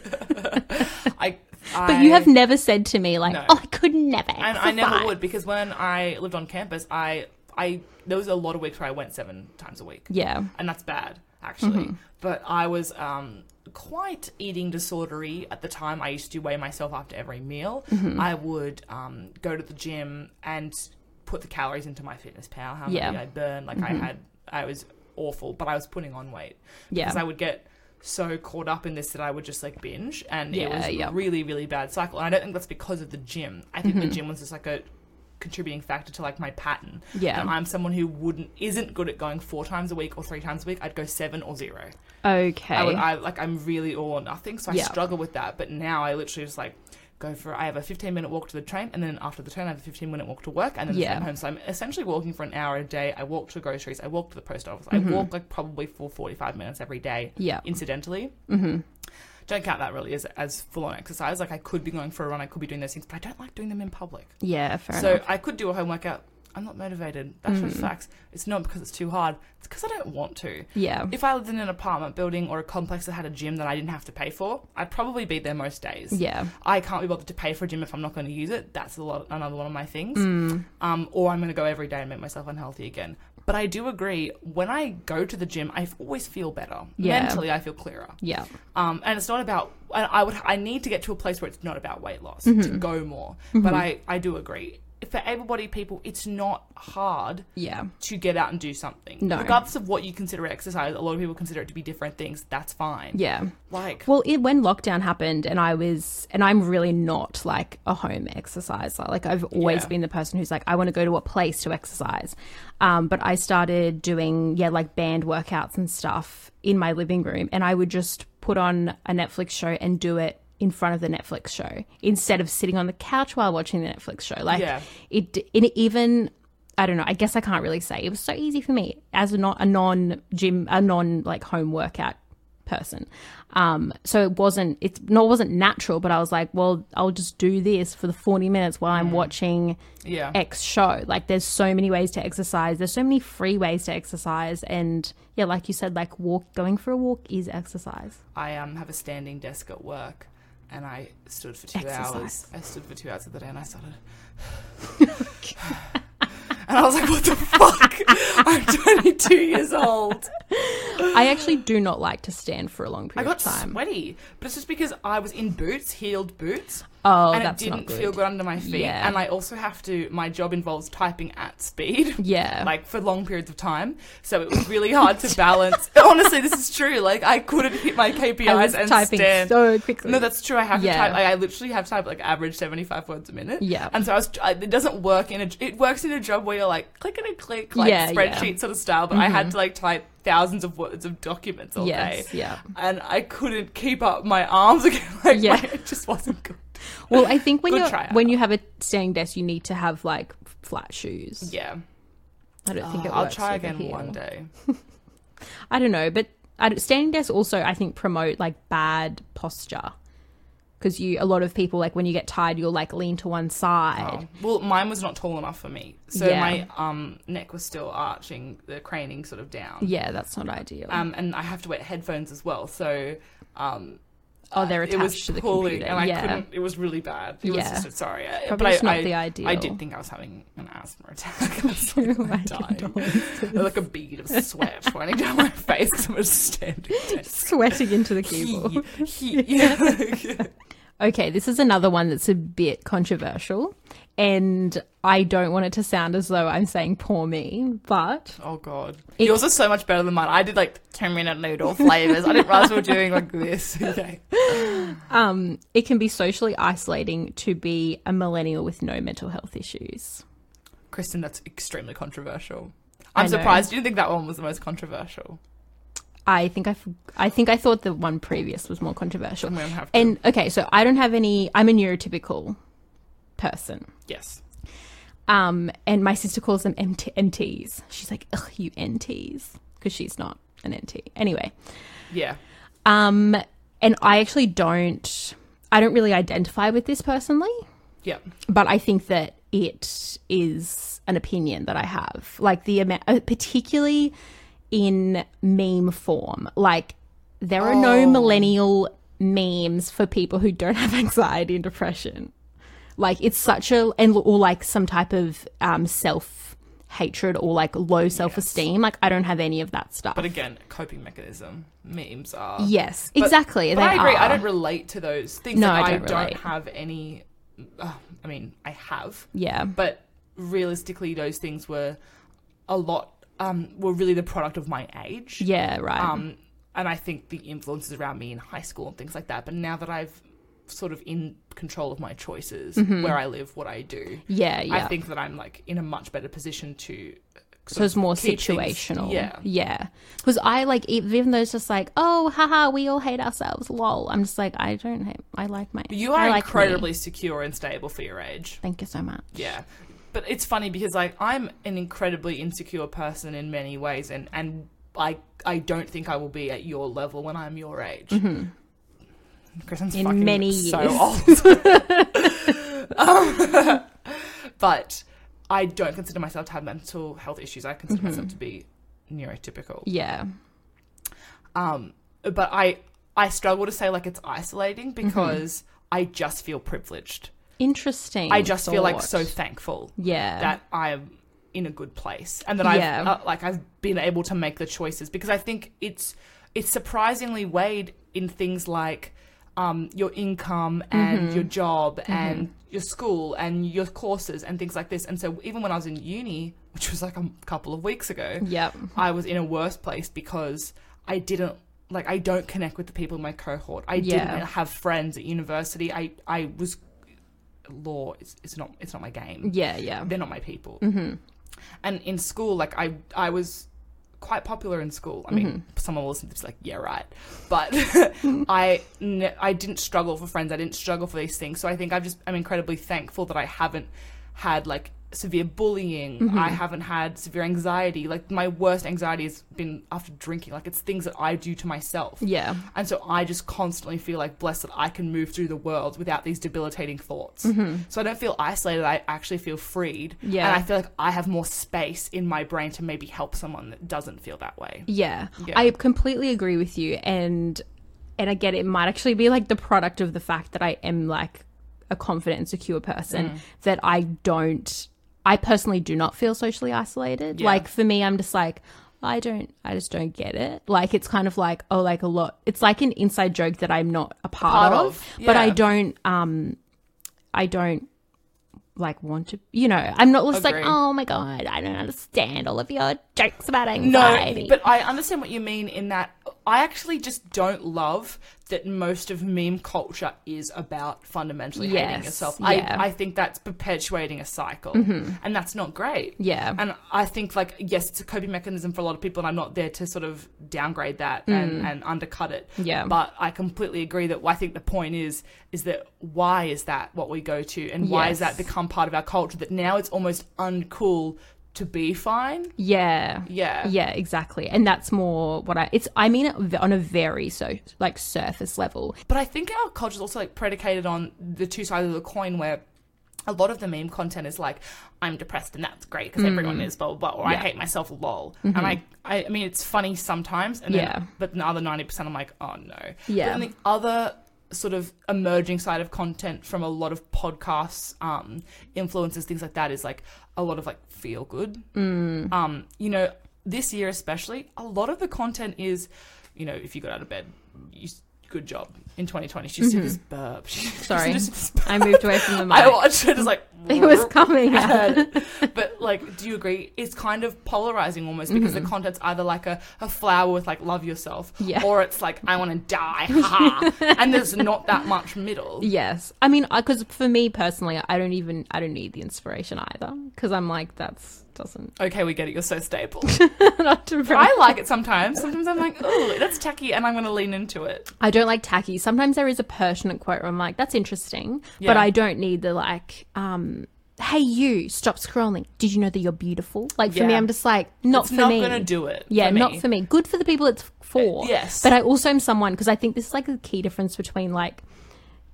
B: I, I,
A: But you have never said to me like,
B: No.
A: Oh, I could never
B: and
A: exercise.
B: I never would because when I lived on campus, I, I, there was a lot of weeks where I went seven times a week.
A: Yeah. Mm-hmm.
B: and that's bad actually. But I was um, quite eating disordery at the time. I used to weigh myself after every meal.
A: Mm-hmm.
B: I would um, go to the gym and put the calories into my fitness pal. How many
A: Yeah. Mm-hmm.
B: I burned, like I had, I was awful, but I was putting on weight
A: Yeah.
B: because I would get so caught up in this that I would just like binge, and it
A: Yeah,
B: was
A: yeah.
B: really, really bad cycle. And I don't think that's because of the gym. I
A: Mm-hmm.
B: think the gym was just like a contributing factor to like my pattern.
A: Yeah.
B: And I'm someone who wouldn't isn't good at going four times a week or three times a week. I'd go seven or zero.
A: Okay.
B: I, would, I like I'm really all or nothing, so I
A: Yeah.
B: struggle with that. But now I literally just like go for I have a 15 minute walk to the train, and then after the train I have a 15 minute walk to work, and then
A: Yeah.
B: I'm home. So I'm essentially walking for an hour a day. I walk to groceries. I walk to the post office.
A: Mm-hmm.
B: I walk like probably for 45 minutes every day
A: yeah. Mm-hmm.
B: incidentally. Don't count that really as, as full on exercise. Like I could be going for a run, I could be doing those things, but I don't like doing them in public.
A: Yeah, fair
B: so
A: enough. Mm.
B: I could do a home workout. I'm not motivated. That's just facts. It's not because it's too hard. It's because I don't want to.
A: Yeah.
B: If I lived in an apartment building or a complex that had a gym that I didn't have to pay for, I'd probably be there most days.
A: Yeah.
B: I can't be bothered to pay for a gym if I'm not going to use it. That's a lot, another one of my things.
A: Mm.
B: Um, or I'm going to go every day and make myself unhealthy again. But I do agree. When I go to the gym, I always feel better.
A: Yeah.
B: Mentally, I feel clearer.
A: Yeah.
B: Um, and it's not about. I, I would. I need to get to a place where it's not about weight loss
A: Mm-hmm.
B: to go more. But I, I do agree. For able-bodied people, it's not hard
A: Yeah.
B: to get out and do something.
A: No.
B: Regardless of what you consider exercise, a lot of people consider it to be different things. That's fine.
A: Yeah.
B: Like.
A: Well, it, when lockdown happened, and I was, and I'm really not like a home exerciser. Like I've always
B: Yeah.
A: been the person who's like, I want to go to a place to exercise. Um, but I started doing, yeah, like band workouts and stuff in my living room, and I would just put on a Netflix show and do it in front of the Netflix show instead of sitting on the couch while watching the Netflix show. Like
B: Yeah.
A: it, it even. I don't know. I guess I can't really say. It was so easy for me as a non a non gym a non like home workout person. Um, so it wasn't it's no it wasn't natural, but I was like, well, I'll just do this for the forty minutes while I'm watching
B: Mm. yeah.
A: X show. Like there's so many ways to exercise. There's so many free ways to exercise and yeah, like you said, like walk going for a walk is exercise.
B: I um, have a standing desk at work, and I stood for two
A: Exercise.
B: hours. I stood for two hours the other day, and I started. and I was like, "What the fuck? I'm 22 years old.
A: I actually do not like to stand for a long
B: I
A: period
B: got
A: of time.
B: sweaty, but it's just because I was in boots, heeled boots."
A: Oh,
B: and it
A: that's
B: didn't
A: not good.
B: feel good under my feet.
A: Yeah.
B: And I also have to, my job involves typing at speed.
A: Yeah.
B: Like for long periods of time. So it was really hard to balance. Honestly, this is true. Like I couldn't hit my KPIs
A: I was
B: and
A: typing
B: stand.
A: so quickly.
B: no, that's true. I have
A: Yeah.
B: to type. Like, I literally have to type like average seventy-five words a minute.
A: Yeah.
B: and so I was. I, it doesn't work in a. It works in a job where you're like click and a click, like
A: Yeah, yeah.
B: spreadsheet sort of style. But I had to like type thousands of words of documents all
A: yes,
B: day,
A: yeah.
B: and I couldn't keep up my arms again. Like,
A: Yeah.
B: my- it just wasn't good.
A: Well, I think when
B: Good
A: you
B: try,
A: when you have a standing desk, you need to have like flat shoes.
B: Yeah,
A: I
B: Uh,
A: don't think it
B: I'll
A: works
B: try
A: with a
B: again
A: heel.
B: one day.
A: I don't know, but I don't- standing desks also I think promote like bad posture because you a lot of people like when you get tired, you'll like lean to one side.
B: Oh. Well, mine was not tall enough for me, so
A: Yeah.
B: my um neck was still arching, the craning sort of down.
A: Yeah, that's not ideal.
B: Oh. Um, and I have to wear headphones as well, so um,
A: oh, they're
B: uh,
A: attached to the computer.
B: and I
A: yeah,
B: couldn't. It was really bad. It
A: Yeah.
B: was just sorry, I-
A: probably
B: but I,
A: just not
B: I,
A: the ideal.
B: I did think I was having an asthma attack. I was
A: My
B: like, I'm dying. like a bead of sweat running down my face. 'cause I'm just standing. there.
A: sweating into the keyboard.
B: He- he- yeah.
A: Okay, this is another one that's a bit controversial, and I don't want it to sound as though I'm saying poor me, but
B: oh god,
A: It-
B: yours is so much better than mine. I did like ten minute noodle flavors. I didn't realize we were doing like this. Okay.
A: um, it can be socially isolating to be a millennial with no mental health issues.
B: Kristen, that's extremely controversial.
A: I
B: I'm
A: know.
B: surprised you didn't think that one was the most controversial.
A: I think I, f- I think I thought the one previous was more controversial.
B: I'm gonna have to.
A: And okay, so I don't have any. I'm a neurotypical person.
B: yes.
A: Um, and my sister calls them MT- NTs. She's like, "Ugh, you NTs," because she's not an NT. Anyway,
B: Yeah.
A: Um, and I actually don't, I don't really identify with this personally,
B: Yeah.
A: but I think that it is an opinion that I have. Like the amount, uh, particularly in meme form, like there are no
B: Oh.
A: millennial memes for people who don't have anxiety and depression. Like it's such a, and or like some type of um, self hatred or like low self esteem. Like I don't have any of that stuff.
B: But again, coping mechanism. Memes are.
A: yes, exactly.
B: But I
A: they
B: agree. I
A: are.
B: don't relate to those things.
A: No,
B: Like,
A: I
B: I
A: don't
B: don't,
A: relate.
B: have any. Uh, I mean, I have,
A: Yeah.
B: but realistically, those things were a lot. Um, were really the product of my age.
A: Yeah, right.
B: Um, and I think the influences around me in high school and things like that. But now that I've sort of in control of my choices, where I live, what I do,
A: yeah, Mm-hmm. yeah.
B: I think that I'm like in a much better position to. sort
A: so it's
B: of
A: more
B: keep things-
A: situational.
B: yeah.
A: Yeah. Because I like, ev- even though it's just like, oh, haha, we all hate ourselves, lol. I'm just like, I don't hate, I like my.
B: You
A: I
B: are
A: like me.
B: incredibly secure and stable for your age.
A: Thank you so much.
B: Yeah. But it's funny because like I'm an incredibly insecure person in many ways and and I I don't think I will be at your level when I'm your age. Kristen's
A: Mm-hmm. In
B: fucking
A: many
B: so
A: years.
B: old. Um, but I don't consider myself to have mental health issues. I consider
A: Mm-hmm.
B: myself to be neurotypical.
A: Yeah.
B: Um but I I struggle to say like it's isolating
A: Mm-hmm.
B: because I just feel privileged.
A: Interesting.
B: I just feel like
A: thought.
B: so thankful
A: Yeah.
B: that I'm in a good place and that
A: Yeah.
B: I've uh, like I've been able to make the choices because I think it's it's surprisingly weighed in things like um, your income and
A: Mm-hmm.
B: your job and your school and your courses and things like this. And so even when I was in uni, which was like a couple of weeks ago,
A: Yep.
B: I was in a worse place because I didn't like I don't connect with the people in my cohort. I
A: Yeah.
B: didn't have friends at university. I I was law is it's not it's not my game
A: Yeah, yeah.
B: they're not my people. And in school, like I, I was quite popular in school. I mean, someone will listen to this, like, yeah, right. But I, n- I didn't struggle for friends. I didn't struggle for these things. So I think I've just, I'm incredibly thankful that I haven't had like severe bullying. I haven't had severe anxiety. Like my worst anxiety has been after drinking. Like it's things that I do to myself.
A: Yeah.
B: And so I just constantly feel like blessed that I can move through the world without these debilitating thoughts. So I don't feel isolated. I actually feel freed.
A: Mm-hmm. Yeah.
B: And I feel like I have more space in my brain to maybe help someone that doesn't feel that way.
A: Yeah.
B: Yeah.
A: I completely agree with you and and again it might actually be like the product of the fact that I am like a confident and secure person
B: Mm.
A: that I don't I personally do not feel socially isolated.
B: Yeah.
A: Like for me I'm just like I don't I just don't get it. Like it's kind of like oh like a lot it's like an inside joke that I'm not a part, of,
B: Part of,
A: but I
B: yeah.
A: don't um I don't like want to, you know, I'm not just like,
B: Agree.
A: oh my God, I don't understand all of your jokes about anxiety.
B: No, but I understand what you mean in that I actually just don't love that most of meme culture is about fundamentally hating
A: Yes,
B: yourself.
A: yeah. Mm-hmm.
B: I, I think that's perpetuating a cycle, and that's not great.
A: yeah.
B: And I think, like, yes, it's a coping mechanism for a lot of people, and I'm not there to sort of downgrade that and, and undercut it.
A: Mm. Yeah.
B: But I completely agree that I think the point is is that why is that what we go to, and why has
A: Yes.
B: that become part of our culture? That now it's almost uncool to be fine.
A: yeah.
B: Yeah.
A: Yeah, exactly. And that's more what I it's I mean it v- on a very so like surface level.
B: But I think our culture is also like predicated on the two sides of the coin where a lot of the meme content is like, I'm depressed and that's great because everyone is, blah, blah, blah, or I
A: Mm. Yeah. Mm-hmm.
B: hate myself, lol. And I, I, I mean, it's funny sometimes, and
A: Yeah.
B: then, but the other 90% I'm like, oh no.
A: Yeah.
B: But then the other sort of emerging side of content from a lot of podcasts, um, influences, things like that is like a lot of like feel good
A: Mm.
B: um, you know, this year especially, a lot of the content is, you know, if you got out of bed, you, good job in 2020. She just did this burp. She
A: Mm-hmm. Sorry.
B: just did this burp.
A: I moved away from the mic.
B: I watched it. It's like
A: it was coming out.
B: but like, do you agree? It's kind of polarizing almost because the content's either like a, a flower with like love yourself,
A: Mm-hmm. Yeah.
B: or it's like I want to die, ha. ha. and there's not that much middle.
A: Yes. I mean, because for me personally, I don't even, I don't need the inspiration either. Because I'm like, that's, doesn't,
B: Okay, we get it. You're so stable.
A: not to brag.
B: I like it sometimes. Sometimes I'm like, oh, that's tacky, and I'm going to lean into it.
A: I don't like tacky. Sometimes there is a pertinent quote where I'm like, that's interesting. But
B: Yeah.
A: I don't need the like, um, hey, you, stop scrolling. Did you know that you're beautiful? Like for me,
B: Yeah.
A: I'm just like, not
B: it's
A: for
B: not
A: me.
B: going to do it.
A: Yeah,
B: me.
A: not for me. Good for the people it's for.
B: Uh, yes.
A: But I also am someone, because I think this is like the key difference between like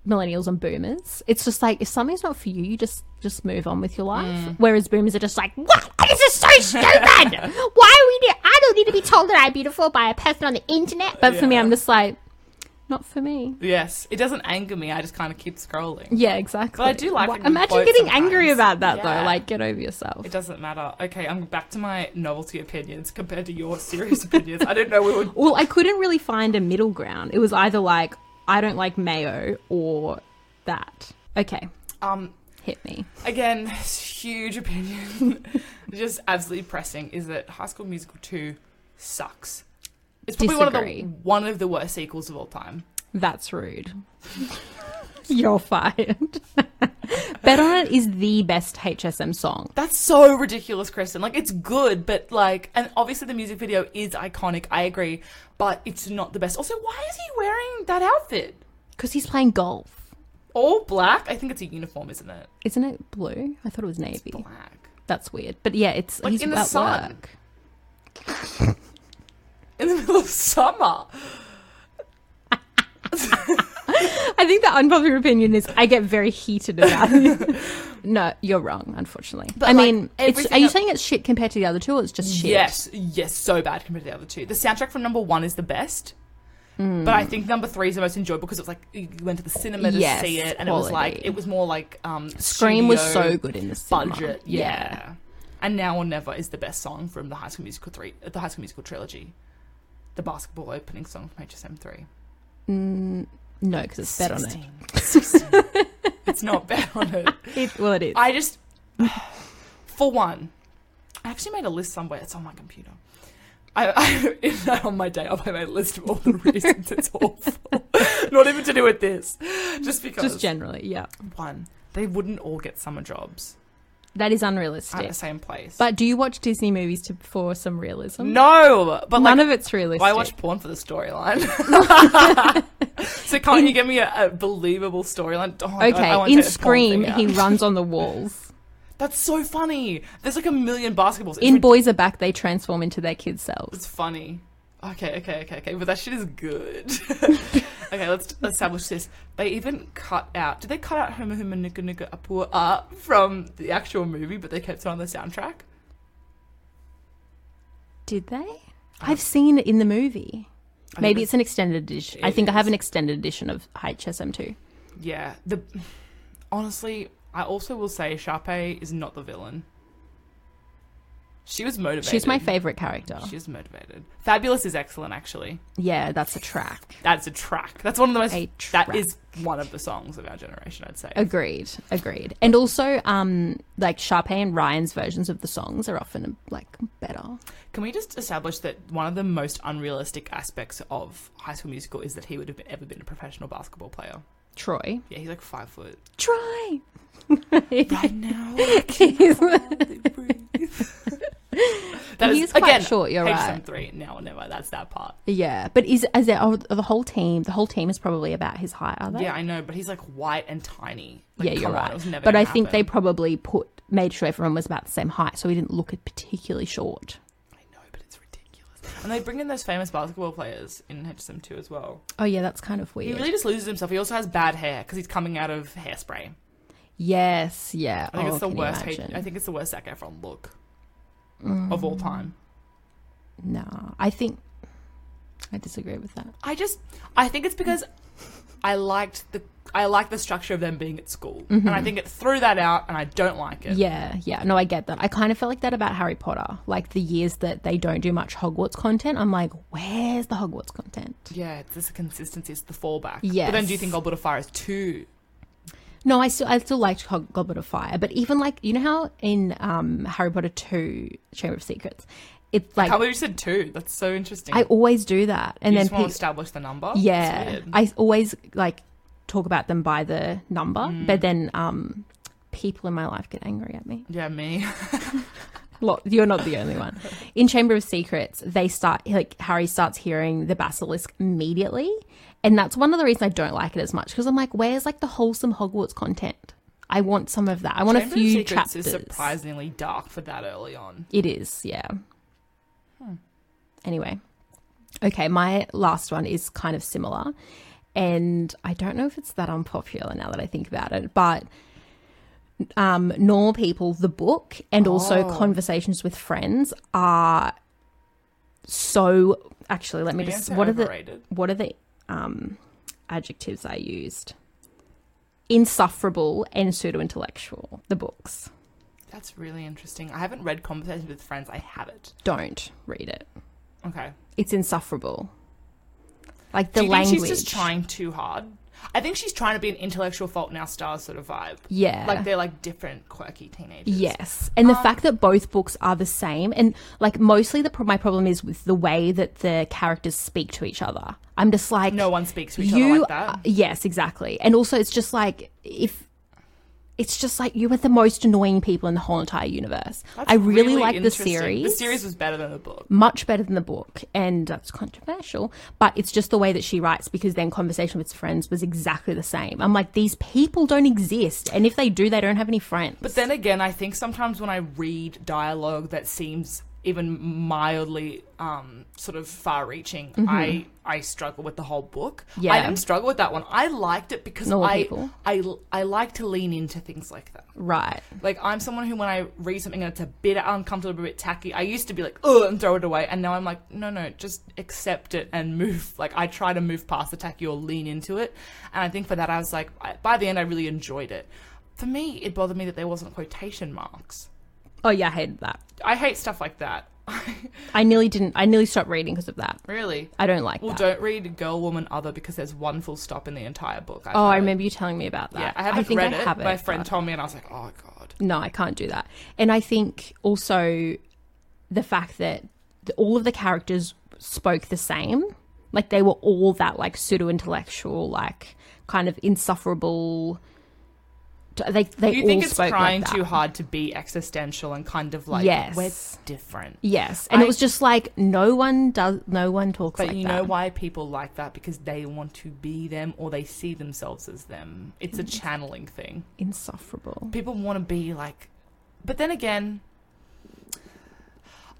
A: millennials and boomers. It's just like, if something's not for you, you just just move on with your life.
B: Mm.
A: Whereas boomers are just like, what? This is so stupid. Why are we, I don't need to be told that I'm beautiful by a person on the internet. But for me,
B: Yeah.
A: I'm just like, not for me.
B: Yes, it doesn't anger me. I just kind of keep scrolling.
A: Yeah, exactly.
B: But I do like
A: Why-
B: a good
A: Imagine
B: quote
A: getting
B: sometimes.
A: angry about that
B: Yeah.
A: though. Like, get over yourself.
B: It doesn't matter. Okay, I'm back to my novelty opinions compared to your serious opinions. I didn't know we would.
A: Well, I couldn't really find a middle ground. It was either like I don't like mayo or that. Okay,
B: Um,
A: hit me.
B: again, huge opinion, just absolutely pressing. Is that High School Musical two sucks? It's probably
A: Disagree.
B: one of the one of the worst sequels of all time.
A: That's rude. You're fired. Bet on it is the best HSM song.
B: That's so ridiculous, Kristen. Like, it's good, but like, and obviously the music video is iconic. I agree, but it's not the best. Also, why is he wearing that outfit?
A: Because he's playing golf.
B: All black. I think it's a uniform, isn't it?
A: Isn't it blue? I thought it was navy.
B: Black.
A: That's weird. But yeah, it's
B: Like
A: he's
B: in the
A: at
B: sun.
A: work.
B: in the middle of summer.
A: I think the unpopular opinion is I get very heated about it. no, you're wrong, unfortunately.
B: But,
A: I
B: like,
A: mean, it's,
B: everything
A: are you
B: that-
A: saying it's shit compared to the other two or it's just shit?
B: Yes, yes, so bad compared to the other two. The soundtrack from number one is the best,
A: Mm.
B: but I think number three is the most enjoyable because it was like you went to the cinema to
A: Yes,
B: see it, and it was
A: quality.
B: like it was more like um,
A: Scream was
B: studio
A: so good in the cinema.
B: budget, yeah. And now or never is the best song from the High School Musical three, the High School Musical trilogy, the basketball opening song from HSM three.
A: Mm, No, because it's bet on it.
B: 16. 16. it's not bet on it.
A: it. Well, it is.
B: I just, for one, I actually made a list somewhere. It's on my computer. I, I on my day off, I made a list of all the reasons it's awful. Not even to do with this, just because.
A: Just generally, yeah.
B: one, they wouldn't all get summer jobs
A: That is
B: at
A: unrealistic.
B: the same place.
A: But do you watch Disney movies to, for some realism?
B: no, but
A: None
B: like,
A: of it's realistic.
B: why watch porn for the storyline? so can't you give me a, a believable storyline? Oh, I- I
A: Okay,
B: won't
A: in
B: say the porn
A: Scream,
B: thing
A: he
B: out.
A: runs on the walls.
B: That's so funny. There's like a million basketballs. It's
A: in Boys Are Back, they transform into their kids' selves.
B: It's funny. Okay, okay, okay, okay. But that shit is good. okay, let's establish this. They even cut out. Did they cut out Huma Huma Nuka Nuka Apua Ah from the actual movie, but they kept it on the soundtrack?
A: Did they? I've seen it in the movie.
B: I
A: Maybe
B: think
A: it's an extended edition. I
B: It
A: think I have
B: is.
A: an extended edition of HSM2.
B: Yeah. The honestly, I also will say Sharpay is not the villain. She was motivated.
A: She's my favorite character.
B: She was motivated. Fabulous is excellent, actually.
A: Yeah, that's a track.
B: That's a track. That's one of the most.
A: A
B: That is one of the songs of our generation, I'd say.
A: Agreed. Agreed. And also, um, like Sharpay and Ryan's versions of the songs are often like better.
B: Can we just establish that one of the most unrealistic aspects of High School Musical is that he would have ever been a professional basketball player?
A: Troy,
B: Yeah, he's like five foot.
A: try.
B: Right now,
A: He's-
B: that
A: He's
B: is
A: quite
B: again
A: short. You're
B: HM
A: right.
B: three. Now or never. That's that part.
A: Yeah, but is as there, oh, the whole team? The whole team is probably about his height, are they?
B: Yeah, I know, but he's like white and tiny. Like,
A: yeah, you're
B: come on,
A: right.
B: it was never
A: but
B: gonna
A: I think they
B: happen.
A: probably put made sure everyone was about the same height, so he didn't look particularly short.
B: I know, but it's ridiculous. And they bring in those famous basketball players in HSM two as well.
A: Oh yeah, that's kind of weird.
B: He really just loses himself. He also has bad hair because he's coming out of hairspray.
A: yes, yeah.
B: I think
A: oh,
B: it's the
A: can you
B: worst. H-
A: imagine? Mm.
B: I think it's the worst Zac Efron look of all time.
A: No, I think I disagree with that.
B: I just I think it's because I liked the I liked the structure of them being at school, and I think it threw that out, and I don't like it.
A: Mm-hmm. Yeah, yeah. No, I get that. I kind of felt like that about Harry Potter. Like the years that they don't do much Hogwarts content, I'm like, where's the Hogwarts content?
B: Yeah, it's this consistency, it's the fallback.
A: Yes.
B: But then do you think Goblet of Fire is too?
A: No, I still I still liked Hog- Goblet of Fire, but even like you know how in um, Harry Potter two Chamber of Secrets, it's like
B: How would you said two? That's so interesting.
A: I always do that, and
B: you
A: then
B: just want to
A: peop-
B: establish the number. It's
A: yeah,
B: weird.
A: I always like talk about them by the number,
B: Mm.
A: but then um, people in my life get angry at me.
B: yeah, me.
A: Lot, you're not the only one. In Chamber of Secrets, they start like Harry starts hearing the basilisk immediately, and that's one of the reasons I don't like it as much because I'm like, where's like the wholesome Hogwarts content? I want some of that. I want
B: Chamber
A: a
B: of
A: few
B: Secrets
A: chapters.
B: is surprisingly dark for that early on.
A: It is, yeah. Anyway, okay, my last one is kind of similar. And I don't know if it's that unpopular now that I think about it, but um, Normal People, the book, and also
B: Oh.
A: Conversations with Friends are so. Actually, let me
B: Yeah,
A: just.
B: so
A: What are the
B: overrated.
A: what are the um, adjectives I used? Insufferable and pseudo intellectual. The books
B: That's really interesting. I haven't read Conversations with Friends. I have it.
A: don't read it.
B: Okay.
A: it's insufferable. Like the
B: Do you
A: language.
B: think she's just trying too hard? I think she's trying to be an intellectual fault in our stars sort of vibe.
A: yeah.
B: Like they're Oh. like different quirky teenagers.
A: yes. And the fact that both books are the same and like mostly the pro- my problem is with the way that the characters speak to each other. I'm just like
B: No one speaks to each
A: you
B: other like that.
A: are- yes, exactly. And also it's just like if it's just like you were the most annoying people in the whole entire universe.
B: That's
A: I really, like the
B: interesting.
A: series.
B: The series was better than the book.
A: much better than the book and that's controversial but it's just the way that she writes because then conversation with friends was exactly the same i'm like these people don't exist and if they do they don't have any friends
B: But then again, I think sometimes when I read dialogue that seems even mildly um, sort of far reaching, I, I struggle with the whole book. I
A: Mm-hmm. Yeah.
B: didn't struggle with that one. I liked it because
A: Normal
B: I,
A: people.
B: I, I like to lean into things like that.
A: right
B: Like I'm someone who, when I read something and it's a bit uncomfortable, a bit tacky, I used to be like, ugh, and throw it away, and now I'm like, no, no, just accept it and move. Like I try to move past the tacky or lean into it, and I think for that I was like, I, by the end, I really enjoyed it. For me, it bothered me that there wasn't quotation marks.
A: oh yeah i hated that
B: I hate stuff like that.
A: i nearly didn't i nearly stopped reading because of that
B: really.
A: i don't like
B: Well,
A: that
B: don't read Girl, Woman, Other because there's one full stop in the entire book.
A: oh i
B: I feel like.
A: remember you telling me about that
B: Yeah, I haven't
A: think
B: read
A: I
B: it.
A: have
B: My friend
A: but-
B: told me, and I was like, oh god.
A: no, I can't do that. And I think also the fact that the, all of the characters spoke the same, like they were all that like pseudo intellectual, like kind of insufferable. t- They they
B: Do you
A: all
B: think it's
A: spoke
B: trying
A: like that.
B: too hard to be existential and kind of like
A: Yes.
B: we're different?
A: Yes, and
B: I-
A: it was just like no one does, no one talks
B: But
A: like
B: you
A: that.
B: know why people like that? Because they want to be them or they see themselves as them. It's a
A: Mm.
B: channeling thing.
A: Insufferable.
B: People want to be like. But then again,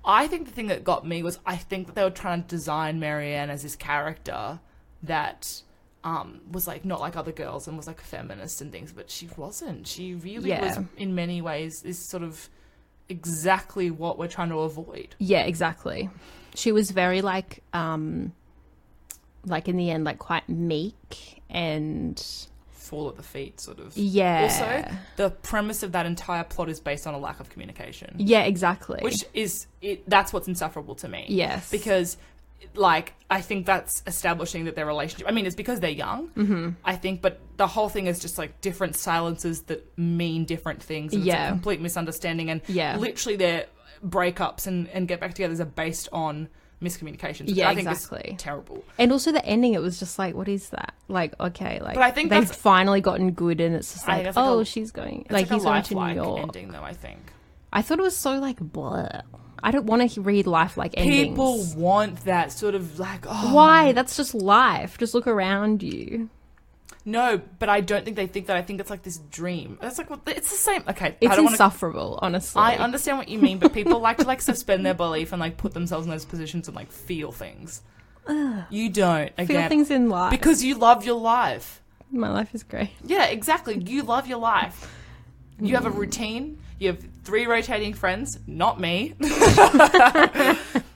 B: I think the thing that got me was I think that they were trying to design Marianne as this character that um, was like not like other girls and was like feminist and things, but she wasn't. She really
A: Yeah.
B: was, in many ways, is sort of exactly what we're trying to avoid.
A: Yeah, exactly. She was very like um, like in the end, like quite meek and
B: fall at the feet, sort of.
A: Yeah.
B: Also, the premise of that entire plot is based on a lack of communication,
A: yeah, exactly.
B: which is it, that's what's insufferable to me.
A: yes,
B: because like I think that's establishing that their relationship. I mean, it's because they're young, mm-hmm. I think, but the whole thing is just like different silences that mean different things. And it's
A: Yeah.
B: a complete misunderstanding, and
A: Yeah.
B: literally their breakups and and get back together are based on miscommunications. which
A: Yeah,
B: I think is
A: exactly.
B: terrible.
A: and also the ending, it was just like, what is that? Like, okay, like
B: But I think
A: they've
B: that's-
A: finally gotten good, and it's just
B: I
A: like,
B: think that's like
A: oh,
B: a-
A: she's going,
B: It's
A: like,
B: a
A: he's going to New
B: lifelike
A: York.
B: ending, though. I think
A: I thought it was so like bleh. I don't want to read life like endings.
B: people want that sort of like oh
A: Why? That's just life. Just look around you.
B: no, but I don't think they think that. I think it's like this dream. That's like what it's the same. Okay, I
A: It's
B: don't want to
A: insufferable, honestly.
B: I understand what you mean, but people like to like suspend their belief and like put themselves in those positions and like feel things. You don't
A: feel
B: again
A: things in life.
B: because you love your life.
A: my life is great.
B: Yeah, exactly. You love your life. You
A: Mm.
B: have a routine. You have three rotating friends, not me.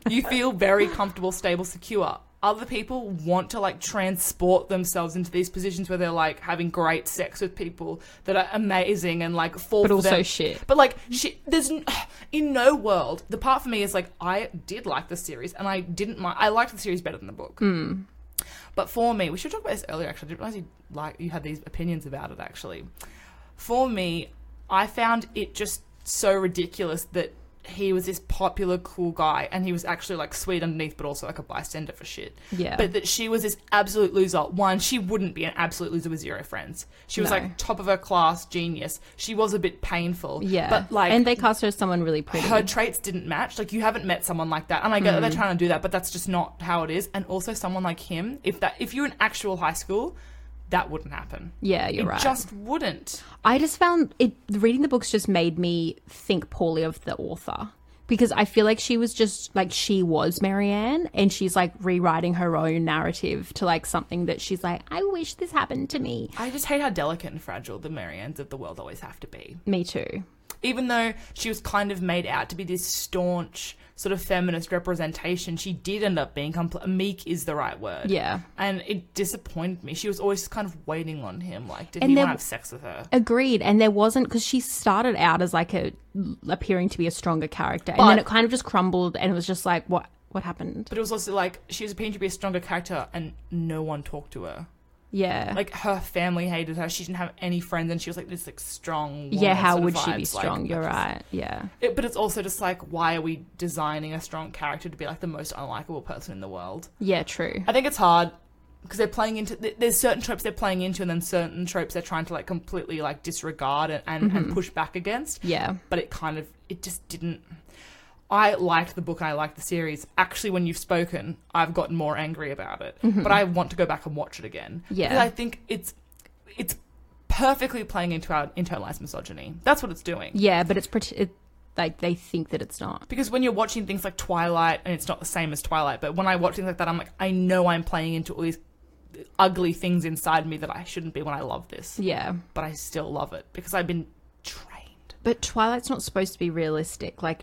B: you feel very comfortable, stable, secure. Other people want to like transport themselves into these positions where they're like having great sex with people that are amazing and like fall
A: But
B: for
A: also
B: them.
A: shit.
B: But like, she, there's n- in no world. The part for me is like, I did like the series, and I didn't mind. I liked the series better than the book.
A: Hmm.
B: But for me, we should talk about this earlier. Actually, I didn't realize you like you had these opinions about it. Actually, for me, I found it just so ridiculous that he was this popular, cool guy, and he was actually like sweet underneath, but also like a bystander for shit.
A: Yeah.
B: But that she was this absolute loser. One, she wouldn't be an absolute loser with zero friends. She was
A: No.
B: like top of her class, genius. She was a bit painful.
A: Yeah.
B: But like,
A: and they cast her as someone really pretty.
B: her traits didn't match. Like you haven't met someone like that, and I get that they're
A: Hmm.
B: trying to do that, but that's just not how it is. And also, someone like him, if that if you're in actual high school, that wouldn't happen.
A: yeah, you're
B: it
A: right.
B: just wouldn't.
A: I just found it reading the books just made me think poorly of the author because I feel like she was just like she was Marianne and she's like rewriting her own narrative to like something that she's like I wish this happened to me.
B: I just hate how delicate and fragile the Mariannes of the world always have to be.
A: Me too.
B: Even though she was kind of made out to be this staunch sort of feminist representation, she did end up being compl- meek is the right word.
A: Yeah.
B: And it disappointed me. She was always kind of waiting on him. Like, did
A: And
B: he
A: there-
B: want to have sex with her?
A: Agreed. And there wasn't because she started out as like a appearing to be a stronger character, and then
B: But-
A: it kind of just crumbled, and it was just like what what happened?
B: But it was also like she was appearing to be a stronger character, and no one talked to her.
A: Yeah,
B: Like her family hated her. She didn't have any friends, and she was like this like strong. Woman
A: yeah. How
B: sort of
A: would she be
B: vibes, like,
A: strong? You're
B: that's-
A: right. Yeah,
B: It, but it's also just like, why are we designing a strong character to be like the most unlikable person in the world?
A: yeah. True.
B: I think it's hard because they're playing into. th- There's certain tropes they're playing into, and then certain tropes they're trying to like completely like disregard and, and,
A: Mm-hmm.
B: and push back against.
A: Yeah.
B: But it kind of it just didn't. I liked the book and I liked the series. Actually, when you've spoken, I've gotten more angry about it. But I want to go back and watch it again.
A: Mm-hmm. Yeah.
B: Because I think it's it's perfectly playing into our internalized misogyny. That's what it's doing.
A: Yeah, but it's pretty. It, like they think that it's not.
B: Because when you're watching things like Twilight, and it's not the same as Twilight, but when I watch things like that, I'm like, I know I'm playing into all these ugly things inside me that I shouldn't be when I love this,
A: Yeah.
B: but I still love it because I've been trained.
A: But Twilight's not supposed to be realistic. Like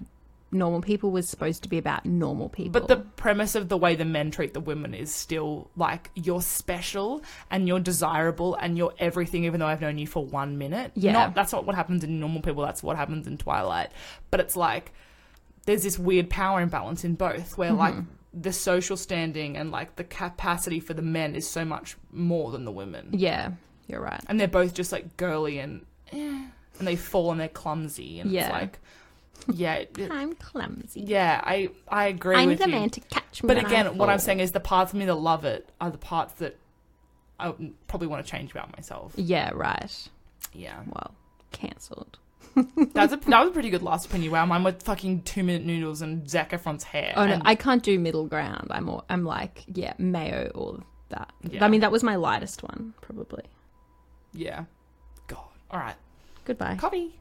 A: normal people was supposed to be about normal people.
B: But the premise of the way the men treat the women is still like, you're special and you're desirable and you're everything, even though I've known you for one minute.
A: Yeah.
B: Not, that's not what happens in normal people, that's what happens in Twilight. But it's like, there's this weird power imbalance in both
A: Mm-hmm.
B: where like the social standing and like the capacity for the men is so much more than the women
A: Yeah, you're right.
B: and they're both just like girly and eh, and they fall and they're clumsy and
A: Yeah.
B: it's like yeah it- it-
A: I'm clumsy.
B: yeah i i agree
A: I
B: with
A: need a
B: you
A: man to catch me.
B: but
A: when I
B: again what i'm
A: fall.
B: saying is the parts of me that love it are the parts that i would probably want to change about myself
A: Yeah. Right.
B: yeah
A: Well, cancelled.
B: that's a that was a pretty good last opinion wow mine with fucking two minute noodles and zac efron's hair
A: Oh no,
B: and-
A: I can't do middle ground. I'm all, I'm like yeah, mayo or that.
B: Yeah.
A: I mean, that was my lightest one probably.
B: yeah god all right
A: Goodbye.
B: Copy.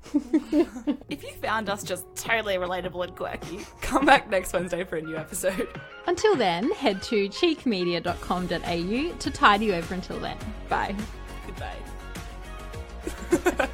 B: if you found us just totally relatable and quirky, come back next Wednesday for a new episode.
A: Until then, head to cheekmedia.com.au to tide you over until then. Bye.
B: Goodbye.